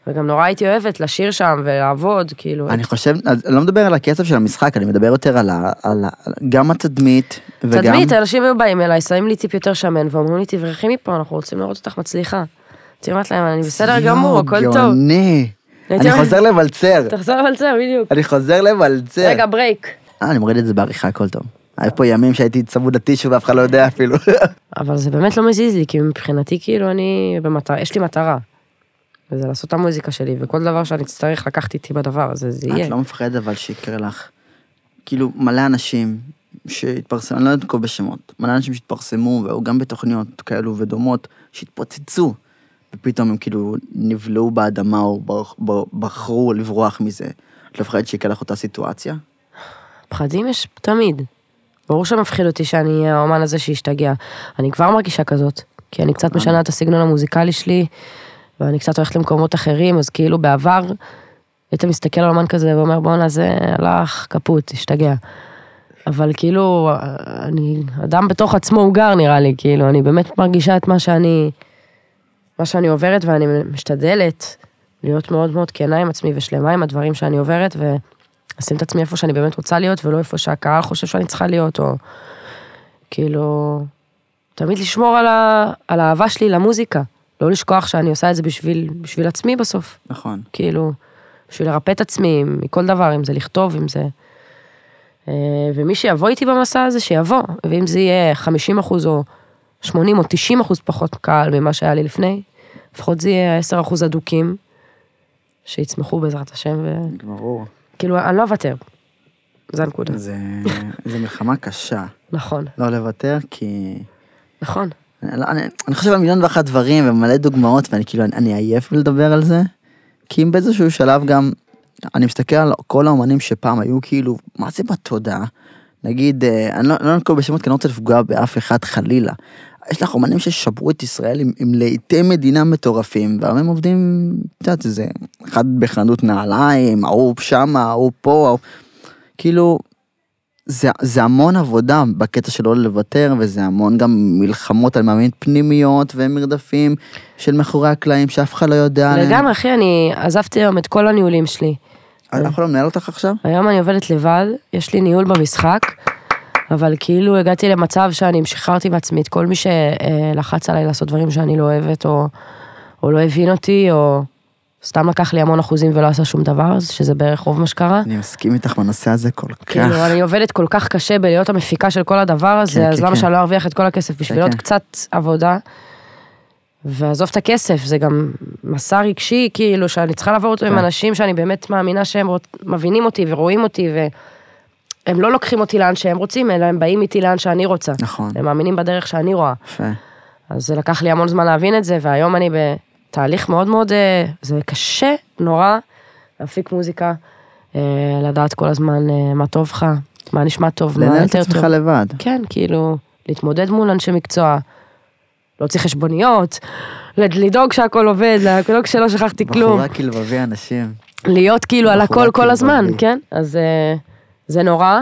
Speaker 2: וגם נורא הייתי אוהבת לשיר שם ולעבוד, כאילו...
Speaker 1: אני חושב, אז אני לא מדבר על הכסף של המשחק, אני מדבר יותר על ה... על ה גם התדמית, וגם...
Speaker 2: תדמית, אנשים היו באים אליי, שמים לי טיפ יותר שמן, ואומרים לי, תברחי מפה, אנחנו רוצים לראות אותך מצליחה. הייתי אומרת להם, אני בסדר גמור, הכל
Speaker 1: יואו,
Speaker 2: טוב.
Speaker 1: גאוני.
Speaker 2: הייתי
Speaker 1: אני
Speaker 2: אומרת-
Speaker 1: חוזר לבלצר.
Speaker 2: תחזור למלצר, בדיוק.
Speaker 1: אני חוזר לבלצר.
Speaker 2: רגע, ברייק.
Speaker 1: אה, אני מוריד את זה בעריכה, הכל טוב. היה פה ימים שהייתי צמוד לטישו ואף אחד לא יודע אפילו.
Speaker 2: אבל זה באמת לא מזיז לי, כי מבחינתי, כאילו, אני במטרה, יש לי מטרה. וזה לעשות את המוזיקה שלי, וכל דבר שאני אצטרך לקחת איתי בדבר הזה, זה יהיה.
Speaker 1: את לא מפחדת אבל שיקרה לך. כאילו, מלא אנשים שהתפרסמו, אני לא אנקוב בשמות, מלא אנשים שהתפרסמו, והיו גם בתוכניות כאלו ודומות, שהתפוצצו, ופתאום הם כאילו נבלעו באדמה או ברח- ב- בחרו לברוח מזה. את לא מפחדת שיקרה לך אותה סיטואציה?
Speaker 2: פחדים יש תמיד. ברור שמפחיד אותי שאני אהיה האומן הזה שהשתגע. אני כבר מרגישה כזאת, כי אני
Speaker 1: אה.
Speaker 2: קצת משנה את הסגנון המוזיקלי שלי, ואני קצת הולכת למקומות אחרים, אז כאילו בעבר, היית מסתכל על אומן כזה ואומר בואנה זה הלך קפוט, השתגע. אבל כאילו, אני, אדם בתוך עצמו הוא גר נראה לי, כאילו, אני באמת מרגישה את מה שאני, מה שאני עוברת ואני משתדלת להיות מאוד מאוד כנה עם עצמי ושלמה עם הדברים שאני עוברת, ו... אשים את עצמי איפה שאני באמת רוצה להיות, ולא איפה שהקהל חושב שאני צריכה להיות, או כאילו, תמיד לשמור על, ה... על האהבה שלי למוזיקה. לא לשכוח שאני עושה את זה בשביל, בשביל עצמי בסוף.
Speaker 1: נכון.
Speaker 2: כאילו, בשביל לרפא את עצמי מכל דבר, אם זה לכתוב, אם זה... אה, ומי שיבוא איתי במסע הזה, שיבוא. ואם זה יהיה 50 אחוז או 80 או 90 אחוז פחות קהל ממה שהיה לי לפני, לפחות זה יהיה 10 אחוז אדוקים, שיצמחו בעזרת השם,
Speaker 1: ברור.
Speaker 2: וכאילו, אני לא אוותר. זה הנקודה.
Speaker 1: זה, זה מלחמה קשה.
Speaker 2: נכון,
Speaker 1: לא לוותר, כי...
Speaker 2: נכון.
Speaker 1: אני, לא- אני, אני חושב על מיליון ואחת דברים ומלא דוגמאות ואני כאילו אני, אני עייף מלדבר על זה. כי אם באיזשהו שלב גם אני מסתכל על כל האומנים שפעם היו כאילו מה זה בתודעה. נגיד אה, אני לא אני לא אנקוב בשמות כי אני לא רוצה לפגוע באף אחד חלילה. יש לך אומנים ששברו את ישראל עם, עם לעיתי מדינה מטורפים והיום הם עובדים את יודעת זה אחד בחנות נעליים ההוא שמה ההוא פה. ההוא... כאילו זה, זה המון עבודה בקטע של לא לוותר, וזה המון גם מלחמות, אני מאמין, פנימיות ומרדפים של מאחורי הקלעים שאף אחד לא יודע עליהם.
Speaker 2: לגמרי, אחי, אני עזבתי היום את כל הניהולים שלי.
Speaker 1: אף אחד לא מנהל אותך עכשיו?
Speaker 2: היום אני עובדת לבד, יש לי ניהול במשחק, אבל כאילו הגעתי למצב שאני שחררתי מעצמי את כל מי שלחץ עליי לעשות דברים שאני לא אוהבת, או, או לא הבין אותי, או סתם לקח לי המון אחוזים ולא עשה שום דבר, אז שזה בערך רוב מה שקרה.
Speaker 1: אני מסכים איתך בנושא הזה כל כך.
Speaker 2: כאילו, אני עובדת כל כך קשה בלהיות המפיקה של כל הדבר הזה,
Speaker 1: כן,
Speaker 2: אז
Speaker 1: כן,
Speaker 2: למה
Speaker 1: כן.
Speaker 2: שאני לא ארוויח את כל הכסף בשביל
Speaker 1: כן,
Speaker 2: עוד
Speaker 1: כן.
Speaker 2: קצת עבודה? ועזוב את הכסף, זה גם מסע רגשי, כאילו, שאני צריכה לעבור אותו עם
Speaker 1: כן.
Speaker 2: אנשים שאני באמת מאמינה שהם רוצ- מבינים אותי ורואים אותי, והם לא לוקחים אותי לאן שהם רוצים, אלא הם באים איתי לאן שאני רוצה.
Speaker 1: נכון,
Speaker 2: הם מאמינים בדרך שאני רואה.
Speaker 1: יפה.
Speaker 2: אז זה לקח לי המון זמן להבין את זה, והיום אני בתהליך מאוד מאוד, אה, זה קשה נורא להפיק מוזיקה, אה, לדעת כל הזמן אה, מה טוב לך, מה נשמע טוב, מה
Speaker 1: לנהל את
Speaker 2: יותר
Speaker 1: עצמך
Speaker 2: טוב.
Speaker 1: לבד.
Speaker 2: כן, כאילו, להתמודד מול אנשי מקצוע, להוציא חשבוניות, לד- לדאוג שהכל עובד, לדאוג שלא שכחתי כלום,
Speaker 1: בחורה כלבבי אנשים.
Speaker 2: להיות כאילו על
Speaker 1: בחורה
Speaker 2: הכל כל
Speaker 1: כאילו
Speaker 2: הזמן,
Speaker 1: בבית.
Speaker 2: כן? אז אה, זה נורא,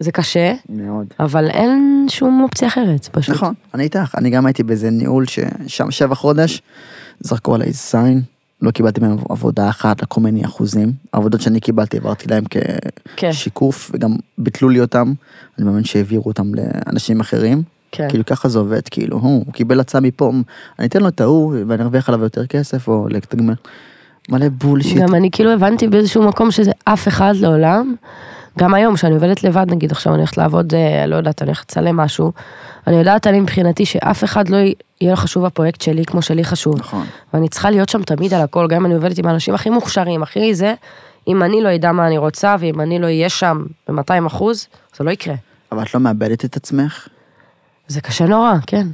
Speaker 2: זה קשה,
Speaker 1: מאוד.
Speaker 2: אבל אין שום אופציה אחרת, פשוט.
Speaker 1: נכון, אני איתך. אני גם הייתי באיזה ניהול ששם שבע חודש, זרקו עליי זין, לא קיבלתי מהם עבודה אחת, לקחו ממני אחוזים. העבודות שאני קיבלתי העברתי להם
Speaker 2: כן,
Speaker 1: כשיקוף, וגם ביטלו לי אותם. אני מאמין שהעבירו אותם לאנשים אחרים.
Speaker 2: כן.
Speaker 1: כאילו ככה זה עובד, כאילו, הוא, הוא קיבל הצעה מפה, מ, אני אתן לו את ההוא ואני ארוויח עליו יותר כסף, או לתגמר. מלא בולשיט.
Speaker 2: גם אני כאילו הבנתי באיזשהו מקום שזה אף אחד לעולם. גם היום, שאני עובדת לבד, נגיד עכשיו אני הולכת לעבוד, אה, לא יודעת, אני הולכת לצלם משהו, אני יודעת, אני מבחינתי שאף אחד לא י- יהיה לו חשוב הפרויקט שלי כמו שלי חשוב.
Speaker 1: נכון,
Speaker 2: ואני צריכה להיות שם תמיד על הכל, גם אם אני עובדת עם האנשים הכי מוכשרים, הכי זה, אם אני לא אדע מה אני רוצה, ואם אני לא אהיה שם ב-200 אחוז, זה לא יקרה.
Speaker 1: אבל את לא מאבדת את עצמך?
Speaker 2: זה קשה נורא, כן.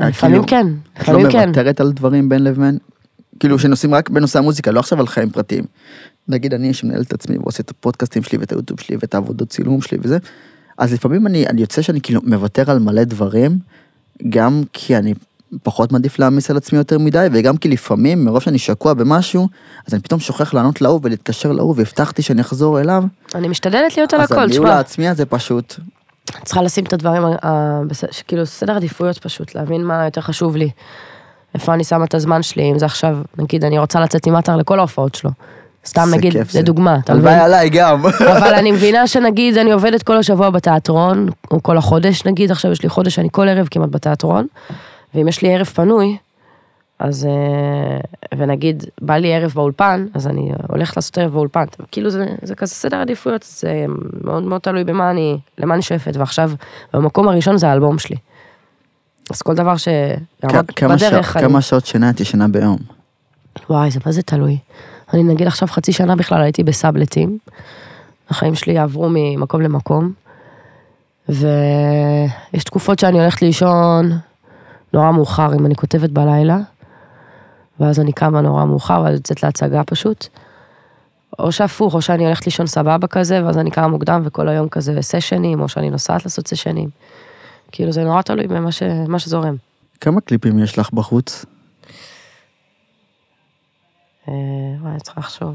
Speaker 1: אה,
Speaker 2: לפעמים
Speaker 1: כאילו,
Speaker 2: כן,
Speaker 1: את לא
Speaker 2: לפעמים כן.
Speaker 1: מוותרת על דברים בין לבין? כאילו, שנוסעים רק בנושא המוזיקה, לא עכשיו על חיים פרטיים. נגיד אני שמנהל את עצמי ועושה את הפודקאסטים שלי ואת היוטיוב שלי ואת העבודות צילום שלי וזה, אז לפעמים אני, אני יוצא שאני כאילו מוותר על מלא דברים, גם כי אני פחות מעדיף להעמיס על עצמי יותר מדי, וגם כי לפעמים, מרוב שאני שקוע במשהו, אז אני פתאום שוכח לענות להוא ולהתקשר להוא, והבטחתי שאני אחזור אליו,
Speaker 2: אני משתדלת להיות על
Speaker 1: אז
Speaker 2: הכל,
Speaker 1: הניהול
Speaker 2: תשמע.
Speaker 1: העצמי הזה פשוט,
Speaker 2: צריכה לשים את הדברים, ה- ה- בס- ש- כאילו סדר עדיפויות פשוט, להבין מה יותר חשוב לי. איפה אני שמה את הזמן שלי, אם זה עכשיו, נגיד אני רוצה לצאת עם עטר לכל ההופעות שלו. סתם
Speaker 1: זה
Speaker 2: נגיד,
Speaker 1: כיף זה.
Speaker 2: לדוגמה, אתה מבין?
Speaker 1: הלוואי עליי גם.
Speaker 2: אבל אני מבינה שנגיד אני עובדת כל השבוע בתיאטרון, או כל החודש נגיד, עכשיו יש לי חודש, אני כל ערב כמעט בתיאטרון, ואם יש לי ערב פנוי, אז, אה, ונגיד, בא לי ערב באולפן, אז אני הולכת לעשות ערב באולפן. כאילו זה, זה כזה סדר עדיפויות, זה מאוד מאוד תלוי במה אני, למה אני שואפת, ועכשיו, במקום הראשון זה האלבום שלי. אז כל דבר שיעמוד
Speaker 1: כ- כמה
Speaker 2: בדרך,
Speaker 1: שע-
Speaker 2: אני-
Speaker 1: כמה שעות שינה את ישנה ביום.
Speaker 2: וואי, זה מה זה תלוי. אני נגיד עכשיו חצי שנה בכלל הייתי בסאבלטים. החיים שלי יעברו ממקום למקום. ויש תקופות שאני הולכת לישון נורא מאוחר, אם אני כותבת בלילה. ואז אני קמה נורא מאוחר, ואז יוצאת להצגה פשוט. או שהפוך, או שאני הולכת לישון סבבה כזה, ואז אני קמה מוקדם וכל היום כזה סשנים, או שאני נוסעת לעשות סשנים. כאילו זה נורא תלוי במה ש... מה שזורם.
Speaker 1: כמה קליפים יש לך בחוץ?
Speaker 2: אה, וואי, צריך לחשוב.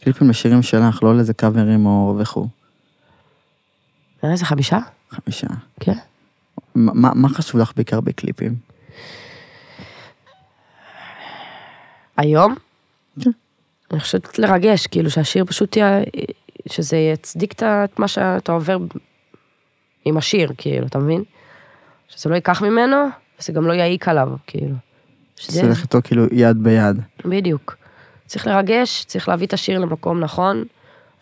Speaker 1: קליפים לשירים שלך, לא לאיזה קאברים או וכו'.
Speaker 2: אה, איזה חמישה?
Speaker 1: חמישה.
Speaker 2: כן.
Speaker 1: מה- מה מה חשוב לך בעיקר בקליפים?
Speaker 2: היום? אני חושבת לרגש, כאילו שהשיר פשוט יהיה, שזה יצדיק את ה- את מה שאתה עובר עם השיר, כאילו, אתה מבין? שזה לא ייקח ממנו, וזה גם לא יעיק עליו, כאילו. שזה-
Speaker 1: זה הולך איתו כאילו יד ביד.
Speaker 2: בדיוק. צריך לרגש, צריך להביא את השיר למקום נכון.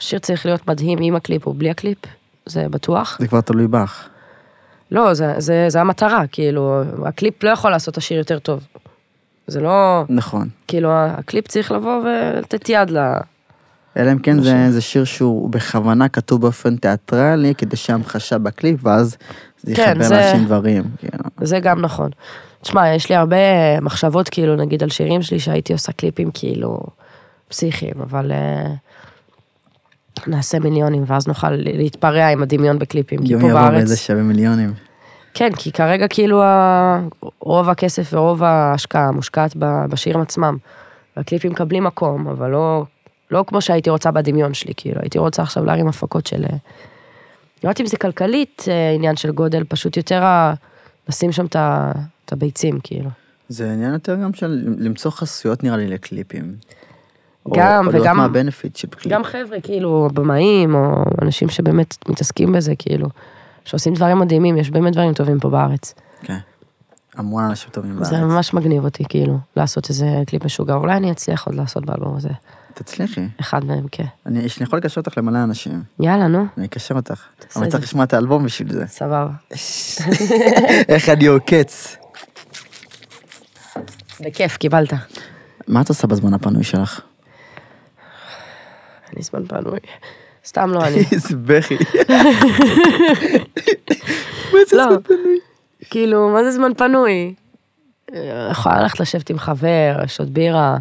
Speaker 2: השיר צריך להיות מדהים עם הקליפ או בלי הקליפ, זה בטוח.
Speaker 1: זה כבר תלוי בך.
Speaker 2: לא, זה, זה, זה המטרה, כאילו, הקליפ לא יכול לעשות את השיר יותר טוב. זה לא,
Speaker 1: נכון.
Speaker 2: כאילו, הקליפ צריך לבוא ולתת יד ל...
Speaker 1: אלא אם כן זה,
Speaker 2: משהו.
Speaker 1: זה שיר שהוא בכוונה כתוב באופן תיאטרלי, כדי שהמחשה בקליפ, ואז זה
Speaker 2: כן,
Speaker 1: יחבר
Speaker 2: זה-
Speaker 1: לאנשים דברים. כאילו.
Speaker 2: זה גם נכון. תשמע, יש לי הרבה מחשבות, כאילו, נגיד, על שירים שלי שהייתי עושה קליפים, כאילו, פסיכיים, אבל אה, נעשה מיליונים, ואז נוכל להתפרע עם הדמיון בקליפים, כי
Speaker 1: יום
Speaker 2: פה
Speaker 1: יבוא
Speaker 2: בארץ...
Speaker 1: וזה שווה מיליונים.
Speaker 2: כן, כי כרגע כאילו ה- רוב הכסף ורוב ההשקעה מושקעת ב- בשירים עצמם. והקליפים מקבלים מקום, אבל לא, לא כמו שהייתי רוצה בדמיון שלי, כאילו, הייתי רוצה עכשיו להרים הפקות של... אה, לא יודעת אם זה כלכלית אה, עניין של גודל, פשוט יותר ה... לשים שם את ה- את הביצים, כאילו.
Speaker 1: זה עניין יותר גם של למצוא חסויות נראה לי לקליפים. או-
Speaker 2: גם,
Speaker 1: או לראות
Speaker 2: וגם-
Speaker 1: מה הבנפיט של קליפ.
Speaker 2: גם חבר'ה, כאילו, במאים, או אנשים שבאמת מתעסקים בזה, כאילו, שעושים דברים מדהימים, יש באמת דברים טובים פה בארץ.
Speaker 1: כן. המון אנשים טובים בארץ.
Speaker 2: זה ממש מגניב אותי, כאילו, לעשות איזה קליפ משוגע. אולי אני אצליח עוד לעשות באלבום הזה.
Speaker 1: תצליחי.
Speaker 2: אחד מהם, כן.
Speaker 1: אני יש- אני יכול לקשר אותך למלא אנשים.
Speaker 2: יאללה, נו,
Speaker 1: אני אקשר אותך.
Speaker 2: תעשה
Speaker 1: אבל
Speaker 2: את
Speaker 1: צריך
Speaker 2: זה.
Speaker 1: לשמוע את האלבום בשביל זה.
Speaker 2: סבבה.
Speaker 1: איך אני עוקץ.
Speaker 2: בכיף, קיבלת.
Speaker 1: מה את עושה בזמן הפנוי שלך?
Speaker 2: אין לי זמן פנוי. סתם לא אני.
Speaker 1: איזה בכי.
Speaker 2: לא. כאילו, מה זה זמן פנוי? אה, יכולה ללכת לשבת עם חבר, לשתות בירה.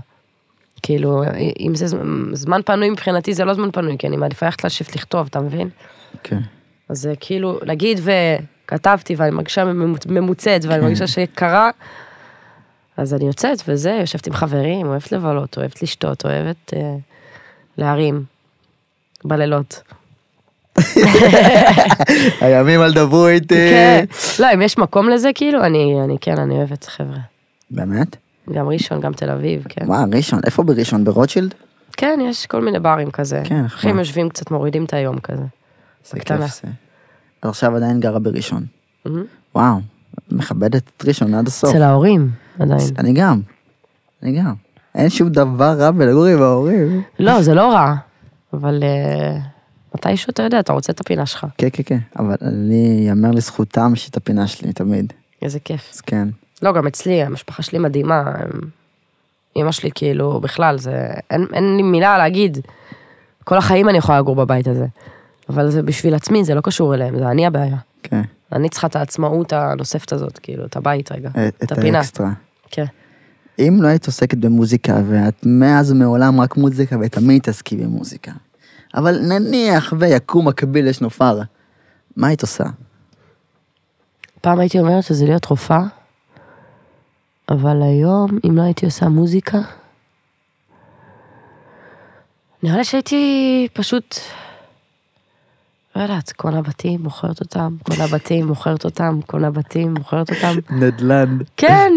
Speaker 2: כאילו, אם זה זמן- זמן פנוי מבחינתי, זה לא זמן פנוי, כי אני מעדיפה ללכת לשבת לכתוב, אתה מבין?
Speaker 1: כן.
Speaker 2: אז זה כאילו, להגיד וכתבתי ואני מרגישה ממוצ- ממוצאת
Speaker 1: כן.
Speaker 2: ואני מרגישה שקרה, אז אני יוצאת וזה, יושבת עם חברים, אוהבת לבלות, אוהבת לשתות, אוהבת אה, להרים בלילות.
Speaker 1: הימים אל דברו איתי.
Speaker 2: כן, לא, אם יש מקום לזה, כאילו, אני, אני כן, אני אוהבת, חבר'ה.
Speaker 1: באמת?
Speaker 2: גם ראשון, גם תל אביב, כן.
Speaker 1: וואו, ראשון, איפה בראשון? ברוטשילד?
Speaker 2: כן, יש כל מיני ברים כזה.
Speaker 1: כן, נכון.
Speaker 2: אחים יושבים קצת, מורידים את היום כזה.
Speaker 1: זה
Speaker 2: בקטנה.
Speaker 1: כיף זה. אז עכשיו עדיין גרה בראשון.
Speaker 2: מהמם.
Speaker 1: וואו, מכבדת את ראשון עד הסוף.
Speaker 2: Mm-hmm. אצל ההורים, עדיין.
Speaker 1: אני גם. אני גם. אין שום דבר רע בלגור עם ההורים.
Speaker 2: לא, זה לא רע, אבל אה, מתישהו אתה יודע, אתה רוצה את הפינה שלך.
Speaker 1: כן, כן, כן. אבל אני, יאמר לזכותם שאת הפינה שלי תמיד.
Speaker 2: איזה כיף.
Speaker 1: אז כן.
Speaker 2: לא, גם אצלי, המשפחה שלי מדהימה. הם- אמא שלי, כאילו, בכלל, זה... אין, אין לי מילה להגיד. כל החיים אני יכולה לגור בבית הזה. אבל זה בשביל עצמי, זה לא קשור אליהם, זה אני הבעיה.
Speaker 1: כן.
Speaker 2: אני צריכה את העצמאות הנוספת הזאת, כאילו, את הבית רגע,
Speaker 1: אה, את-
Speaker 2: את
Speaker 1: את
Speaker 2: הפינה.
Speaker 1: האקסטרה.
Speaker 2: כן.
Speaker 1: אם לא היית עוסקת במוזיקה, ואת מאז ומעולם רק מוזיקה, ותמיד תעסקי במוזיקה. אבל נניח ויקום מקביל לשנופר, מה היית עושה?
Speaker 2: פעם הייתי אומרת שזה להיות רופאה, אבל היום, אם לא הייתי עושה מוזיקה, נראה לי שהייתי פשוט, לא יודעת, קונה בתים, מוכרת אותם, קונה בתים, מוכרת אותם, קונה בתים, מוכרת אותם.
Speaker 1: נדל"ן.
Speaker 2: כן,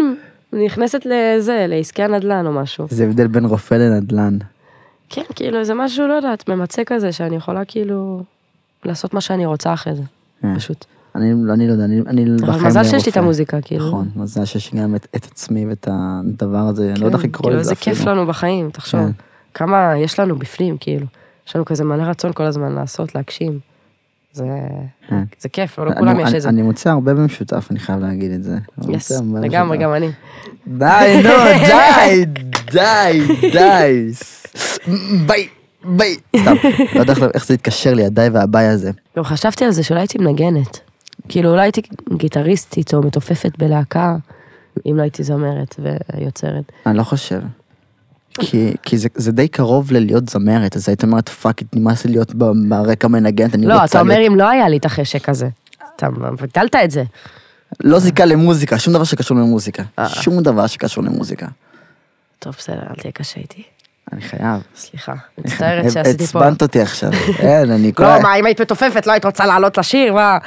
Speaker 2: נכנסת לזה, לעסקי הנדל"ן או משהו.
Speaker 1: זה הבדל בין רופא לנדל"ן.
Speaker 2: כן, כאילו, זה משהו, לא יודעת, ממצה כזה, שאני יכולה כאילו לעשות מה שאני רוצה אחרי זה,
Speaker 1: אה.
Speaker 2: פשוט.
Speaker 1: אני, אני לא יודע, אני, אני בחיים
Speaker 2: אבל
Speaker 1: לא
Speaker 2: מזל שיש
Speaker 1: רופא.
Speaker 2: לי את המוזיקה, כאילו.
Speaker 1: נכון, מזל שיש לי גם את, את עצמי ואת הדבר הזה, אני לא
Speaker 2: כן,
Speaker 1: יודע איך לקרוא
Speaker 2: כאילו,
Speaker 1: לזה
Speaker 2: איזה כיף לנו בחיים, תחשוב.
Speaker 1: כן.
Speaker 2: כמה יש לנו בפנים, כאילו. יש לנו כזה מלא רצון כל הזמן לעשות, להגשים. זה,
Speaker 1: כן.
Speaker 2: זה כיף, לא לכולם
Speaker 1: אני,
Speaker 2: יש
Speaker 1: אני,
Speaker 2: את זה.
Speaker 1: אני מוצא הרבה במשותף, אני חייב להגיד את זה. אני
Speaker 2: יס,
Speaker 1: מוצא הרבה
Speaker 2: לגמרי,
Speaker 1: במשותף.
Speaker 2: גם אני.
Speaker 1: די, נו, די, די, די. ביי, ביי. סתם, לא יודע איך- איך זה התקשר לי, הדי והביי הזה.
Speaker 2: גם חשבתי על זה שאולי הייתי מנגנת. כאילו, אולי הייתי גיטריסטית או מתופפת בלהקה, אם לא הייתי זמרת ויוצרת.
Speaker 1: אני לא חושב. כי, כי זה, זה די קרוב ללהיות זמרת, אז היית אומרת, פאק, it, נמאס לי להיות ב- ברקע מנגנת, אני
Speaker 2: לא,
Speaker 1: רוצה...
Speaker 2: אתה
Speaker 1: להיות-
Speaker 2: אומר אם לא היה לי את החשק הזה. אתה ביטלת את זה.
Speaker 1: לא זיקה למוזיקה, שום דבר שקשור למוזיקה.
Speaker 2: אה.
Speaker 1: שום דבר שקשור למוזיקה.
Speaker 2: טוב, בסדר, אל תהיה קשה איתי.
Speaker 1: אני חייב.
Speaker 2: סליחה. מצטערת
Speaker 1: עצ-
Speaker 2: שעשיתי פה.
Speaker 1: עצבנת אותי עכשיו. אין, אני כל...
Speaker 2: לא,
Speaker 1: ה-
Speaker 2: מה, אם היית מתופפת, לא היית רוצה לעלות לשיר, מה?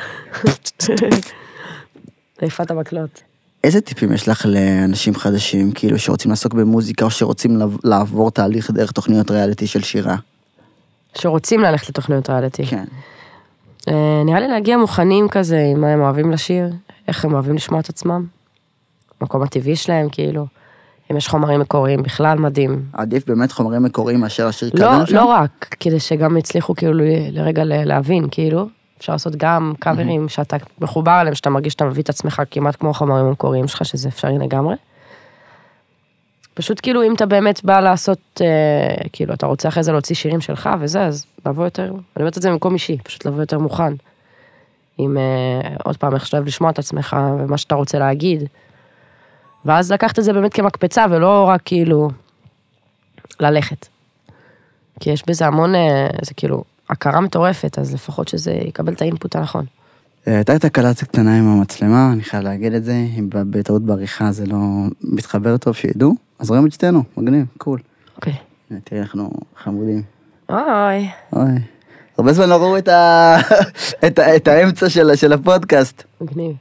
Speaker 2: איפת המקלות.
Speaker 1: איזה טיפים יש לך לאנשים חדשים, כאילו, שרוצים לעסוק במוזיקה או שרוצים לב- לעבור תהליך דרך תוכניות ריאליטי של שירה?
Speaker 2: שרוצים ללכת לתוכניות ריאליטי.
Speaker 1: כן.
Speaker 2: אה, נראה לי להגיע מוכנים כזה עם מה הם אוהבים לשיר, איך הם אוהבים לשמוע את עצמם, המקום הטבעי שלהם כאילו, אם יש חומרים מקוריים בכלל מדהים.
Speaker 1: עדיף באמת חומרים מקוריים מאשר השיר
Speaker 2: לא,
Speaker 1: קוון שם?
Speaker 2: לא רק, כדי שגם יצליחו כאילו ל- לרגע ל- להבין, כאילו, אפשר לעשות גם קאברים שאתה מחובר אליהם, שאתה מרגיש שאתה מביא את עצמך כמעט כמו החומרים המקוריים שלך, שזה אפשרי לגמרי. פשוט כאילו אם אתה באמת בא לעשות, אה, כאילו אתה רוצה אחרי זה להוציא שירים שלך וזה, אז לבוא יותר, אני אומרת את זה במקום אישי, פשוט לבוא יותר מוכן. עם אה, עוד פעם, איך שאתה אוהב לשמוע את עצמך ומה שאתה רוצה להגיד. ואז לקחת את זה באמת כמקפצה ולא רק כאילו ללכת. כי יש בזה המון, אה, זה כאילו הכרה מטורפת, אז לפחות שזה יקבל את האינפוט הנכון.
Speaker 1: אה, הייתה תקלה קטנה עם המצלמה, אני חייב להגיד את זה, אם ב- בטעות בעריכה זה לא מתחבר טוב, שידעו, אז רואים את שתינו, מגניב, קול.
Speaker 2: אוקיי.
Speaker 1: הנה, תראי, אנחנו חמודים.
Speaker 2: אוי,
Speaker 1: אוי. הרבה זמן לא ראו את, ה... את, ה... את האמצע של, של הפודקאסט.
Speaker 2: מגניב.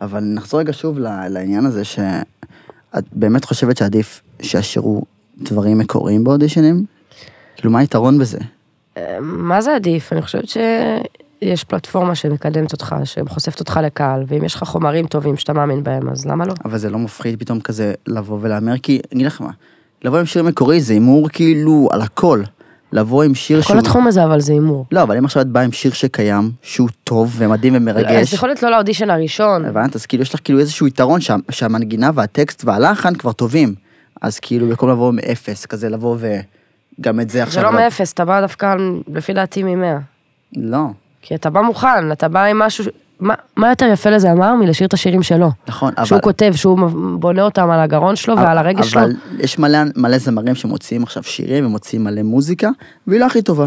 Speaker 1: אבל נחזור רגע שוב ל- לעניין הזה, שאת באמת חושבת שעדיף שישאירו דברים מקוריים באודישנים? כאילו, מה היתרון בזה?
Speaker 2: אה, מה זה עדיף? אני חושבת שיש פלטפורמה שמקדמת אותך, שחושפת אותך לקהל, ואם יש לך חומרים טובים שאתה מאמין בהם, אז למה לא?
Speaker 1: אבל זה לא מפחיד פתאום כזה לבוא ולהמר, כי אני אגיד לך מה, לבוא עם שיר מקורי זה הימור כאילו על הכל. לבוא עם שיר
Speaker 2: כל התחום הזה אבל זה הימור.
Speaker 1: לא, אבל אם עכשיו את באה עם שיר שקיים, שהוא טוב ומדהים
Speaker 2: אז
Speaker 1: ומרגש,
Speaker 2: יכול להיות לא לאודישן הראשון.
Speaker 1: הבנת? אז כאילו יש לך כאילו איזשהו יתרון שה, שהמנגינה והטקסט והלחן כבר טובים. אז כאילו במקום לבוא מאפס, כזה לבוא וגם את זה
Speaker 2: זה
Speaker 1: עכשיו...
Speaker 2: לא מאפס, אתה בא דווקא, לפי דעתי, ממאה.
Speaker 1: לא,
Speaker 2: כי אתה בא מוכן, אתה בא עם משהו, ש- מה- מה יותר יפה לזמר מלשיר את השירים שלו?
Speaker 1: נכון, אבל...
Speaker 2: שהוא כותב, שהוא בונה אותם על הגרון שלו ועל הרגש שלו.
Speaker 1: אבל יש מלא, מלא זמרים שמוציאים עכשיו שירים ומוציאים מלא מוזיקה, והיא לא הכי טובה.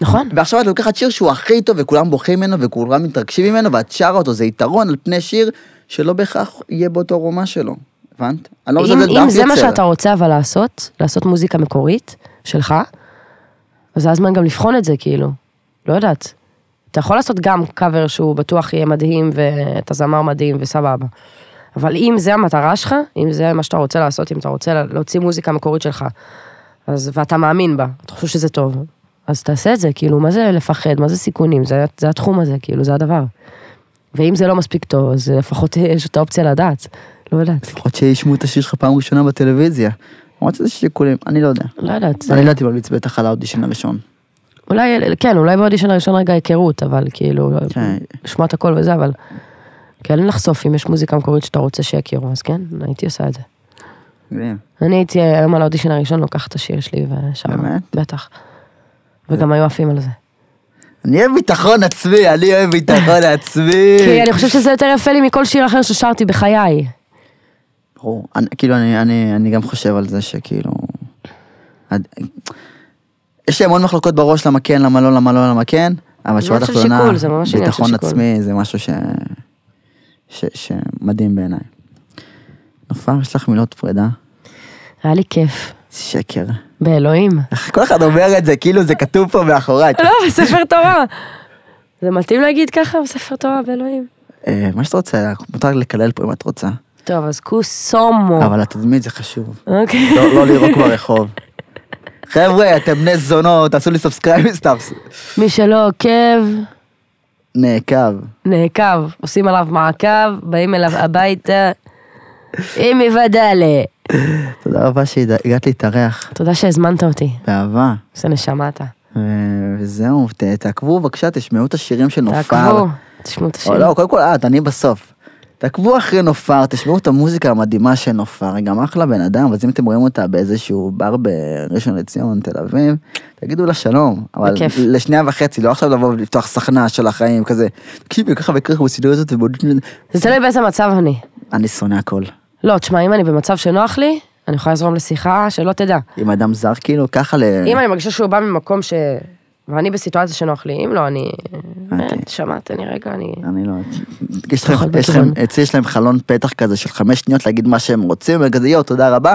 Speaker 2: נכון.
Speaker 1: ועכשיו את לוקחת שיר שהוא הכי טוב וכולם בוכים ממנו וכולם מתרגשים ממנו ואת שרה אותו, זה יתרון על פני שיר שלא בהכרח יהיה באותו רומה שלו, הבנת? אני לא מזלזל
Speaker 2: אם, אם
Speaker 1: באף
Speaker 2: זה מה
Speaker 1: יוצר.
Speaker 2: שאתה רוצה אבל לעשות, לעשות מוזיקה מקורית שלך, אז זה הזמן גם לבחון את זה, כאילו. לא יודעת. אתה יכול לעשות גם קאבר שהוא בטוח יהיה מדהים, ואתה זמר מדהים וסבבה. אבל אם זה המטרה שלך, אם זה מה שאתה רוצה לעשות, אם אתה רוצה להוציא מוזיקה מקורית שלך, אז, ואתה מאמין בה, אתה חושב שזה טוב, אז תעשה את זה, כאילו, מה זה לפחד, מה זה סיכונים, זה, זה התחום הזה, כאילו, זה הדבר. ואם זה לא מספיק טוב, אז לפחות יש את האופציה לדעת, לא יודעת.
Speaker 1: לפחות שישמעו את השיר שלך פעם ראשונה בטלוויזיה. למרות שזה שיקולים, אני לא יודע.
Speaker 2: לא יודעת, זה-
Speaker 1: אני לא הייתי ממליץ בטח על האודישן הראשון.
Speaker 2: אולי, כן, אולי באודישן הראשון רגע היכרות, אבל כאילו,
Speaker 1: כן.
Speaker 2: לשמוע את הכל וזה, אבל כן לחשוף אם יש מוזיקה מקורית שאתה רוצה שיכירו, אז כן, הייתי עושה את זה. אני הייתי היום על האודישן הראשון, לוקחת את השיר שלי ושם.
Speaker 1: באמת?
Speaker 2: בטח. וגם היו עפים על זה.
Speaker 1: אני אוהב ביטחון עצמי, אני אוהב ביטחון עצמי.
Speaker 2: כי אני חושבת שזה יותר יפה לי מכל שיר אחר ששרתי בחיי.
Speaker 1: ברור. אני, כאילו, אני, אני, אני גם חושב על זה שכאילו... עד- יש לי המון מחלוקות בראש למה כן, למה לא, למה לא, למה כן, אבל
Speaker 2: זה
Speaker 1: שורה
Speaker 2: עניין של
Speaker 1: תחתונה,
Speaker 2: שיקול, זה ממש עניין של
Speaker 1: ביטחון
Speaker 2: שיקול.
Speaker 1: עצמי זה משהו ש... ש... שמדהים בעיניי. נופר, יש לך מילות פרידה?
Speaker 2: היה לי כיף.
Speaker 1: שקר.
Speaker 2: באלוהים.
Speaker 1: איך כל אחד אומר את זה, כאילו זה כתוב פה מאחוריי.
Speaker 2: לא, בספר תורה. זה מתאים להגיד ככה בספר תורה, באלוהים.
Speaker 1: אה, מה שאת רוצה, מותר לקלל פה אם את רוצה,
Speaker 2: טוב, אז קוסומו.
Speaker 1: אבל התדמית זה חשוב.
Speaker 2: אוקיי.
Speaker 1: לא לא לירוק ברחוב. חבר'ה, אתם בני זונות, תעשו לי סאבסקרייב סתם.
Speaker 2: מי שלא עוקב,
Speaker 1: נעקב.
Speaker 2: נעקב, עושים עליו מעקב, באים אליו הביתה. אימי ודאלה.
Speaker 1: תודה רבה שהגעת להתארח,
Speaker 2: תודה שהזמנת אותי.
Speaker 1: באהבה.
Speaker 2: איזה נשמה אתה.
Speaker 1: ו- וזהו, ת- תעקבו בבקשה, תשמעו את השירים של נופר.
Speaker 2: תעקבו, תשמעו את
Speaker 1: או
Speaker 2: השיר.
Speaker 1: לא, קודם כל את, אני בסוף. תעקבו אחרי נופר, תשמעו את המוזיקה המדהימה של נופר, היא גם אחלה בן אדם, אז אם אתם רואים אותה באיזשהו בר בראשון לציון, תל אביב, תגידו לה שלום. אבל
Speaker 2: בכיף.
Speaker 1: לשנייה וחצי, לא עכשיו לבוא ולפתוח סכנה של החיים, כזה, תקשיבי, ככה וככה בסידור הזאת ובודקים את זה.
Speaker 2: זה תלוי באיזה מצב אני.
Speaker 1: אני שונא הכל.
Speaker 2: לא, תשמע, אם אני במצב שנוח לי, אני יכולה לזרום לשיחה שלא תדע.
Speaker 1: אם אדם זר כאילו, ככה ל...
Speaker 2: אם אני מרגישה שהוא בא ממקום ש... ואני בסיטואציה שנוח לי, אם לא, אני...
Speaker 1: אוקיי.
Speaker 2: אה, תשמע, תן לי רגע, אני...
Speaker 1: אני לא... יש לכם,
Speaker 2: פחות
Speaker 1: יש לכם,
Speaker 2: בכיוון.
Speaker 1: אצלי יש להם חלון פתח כזה של חמש שניות להגיד מה שהם רוצים, וכזה יואו, תודה רבה,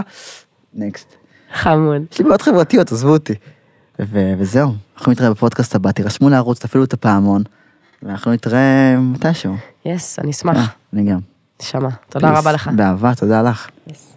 Speaker 1: נקסט.
Speaker 2: חמוד.
Speaker 1: יש לי בעיות חברתיות, עזבו אותי. ו- וזהו, אנחנו נתראה בפודקאסט הבא, תירשמו לערוץ, תפעילו את הפעמון, ואנחנו נתראה מתישהו.
Speaker 2: יס, אני
Speaker 1: אה,
Speaker 2: אשמח.
Speaker 1: אני גם.
Speaker 2: נשמה, תודה
Speaker 1: Peace.
Speaker 2: רבה לך.
Speaker 1: באהבה, תודה לך.
Speaker 2: Yes.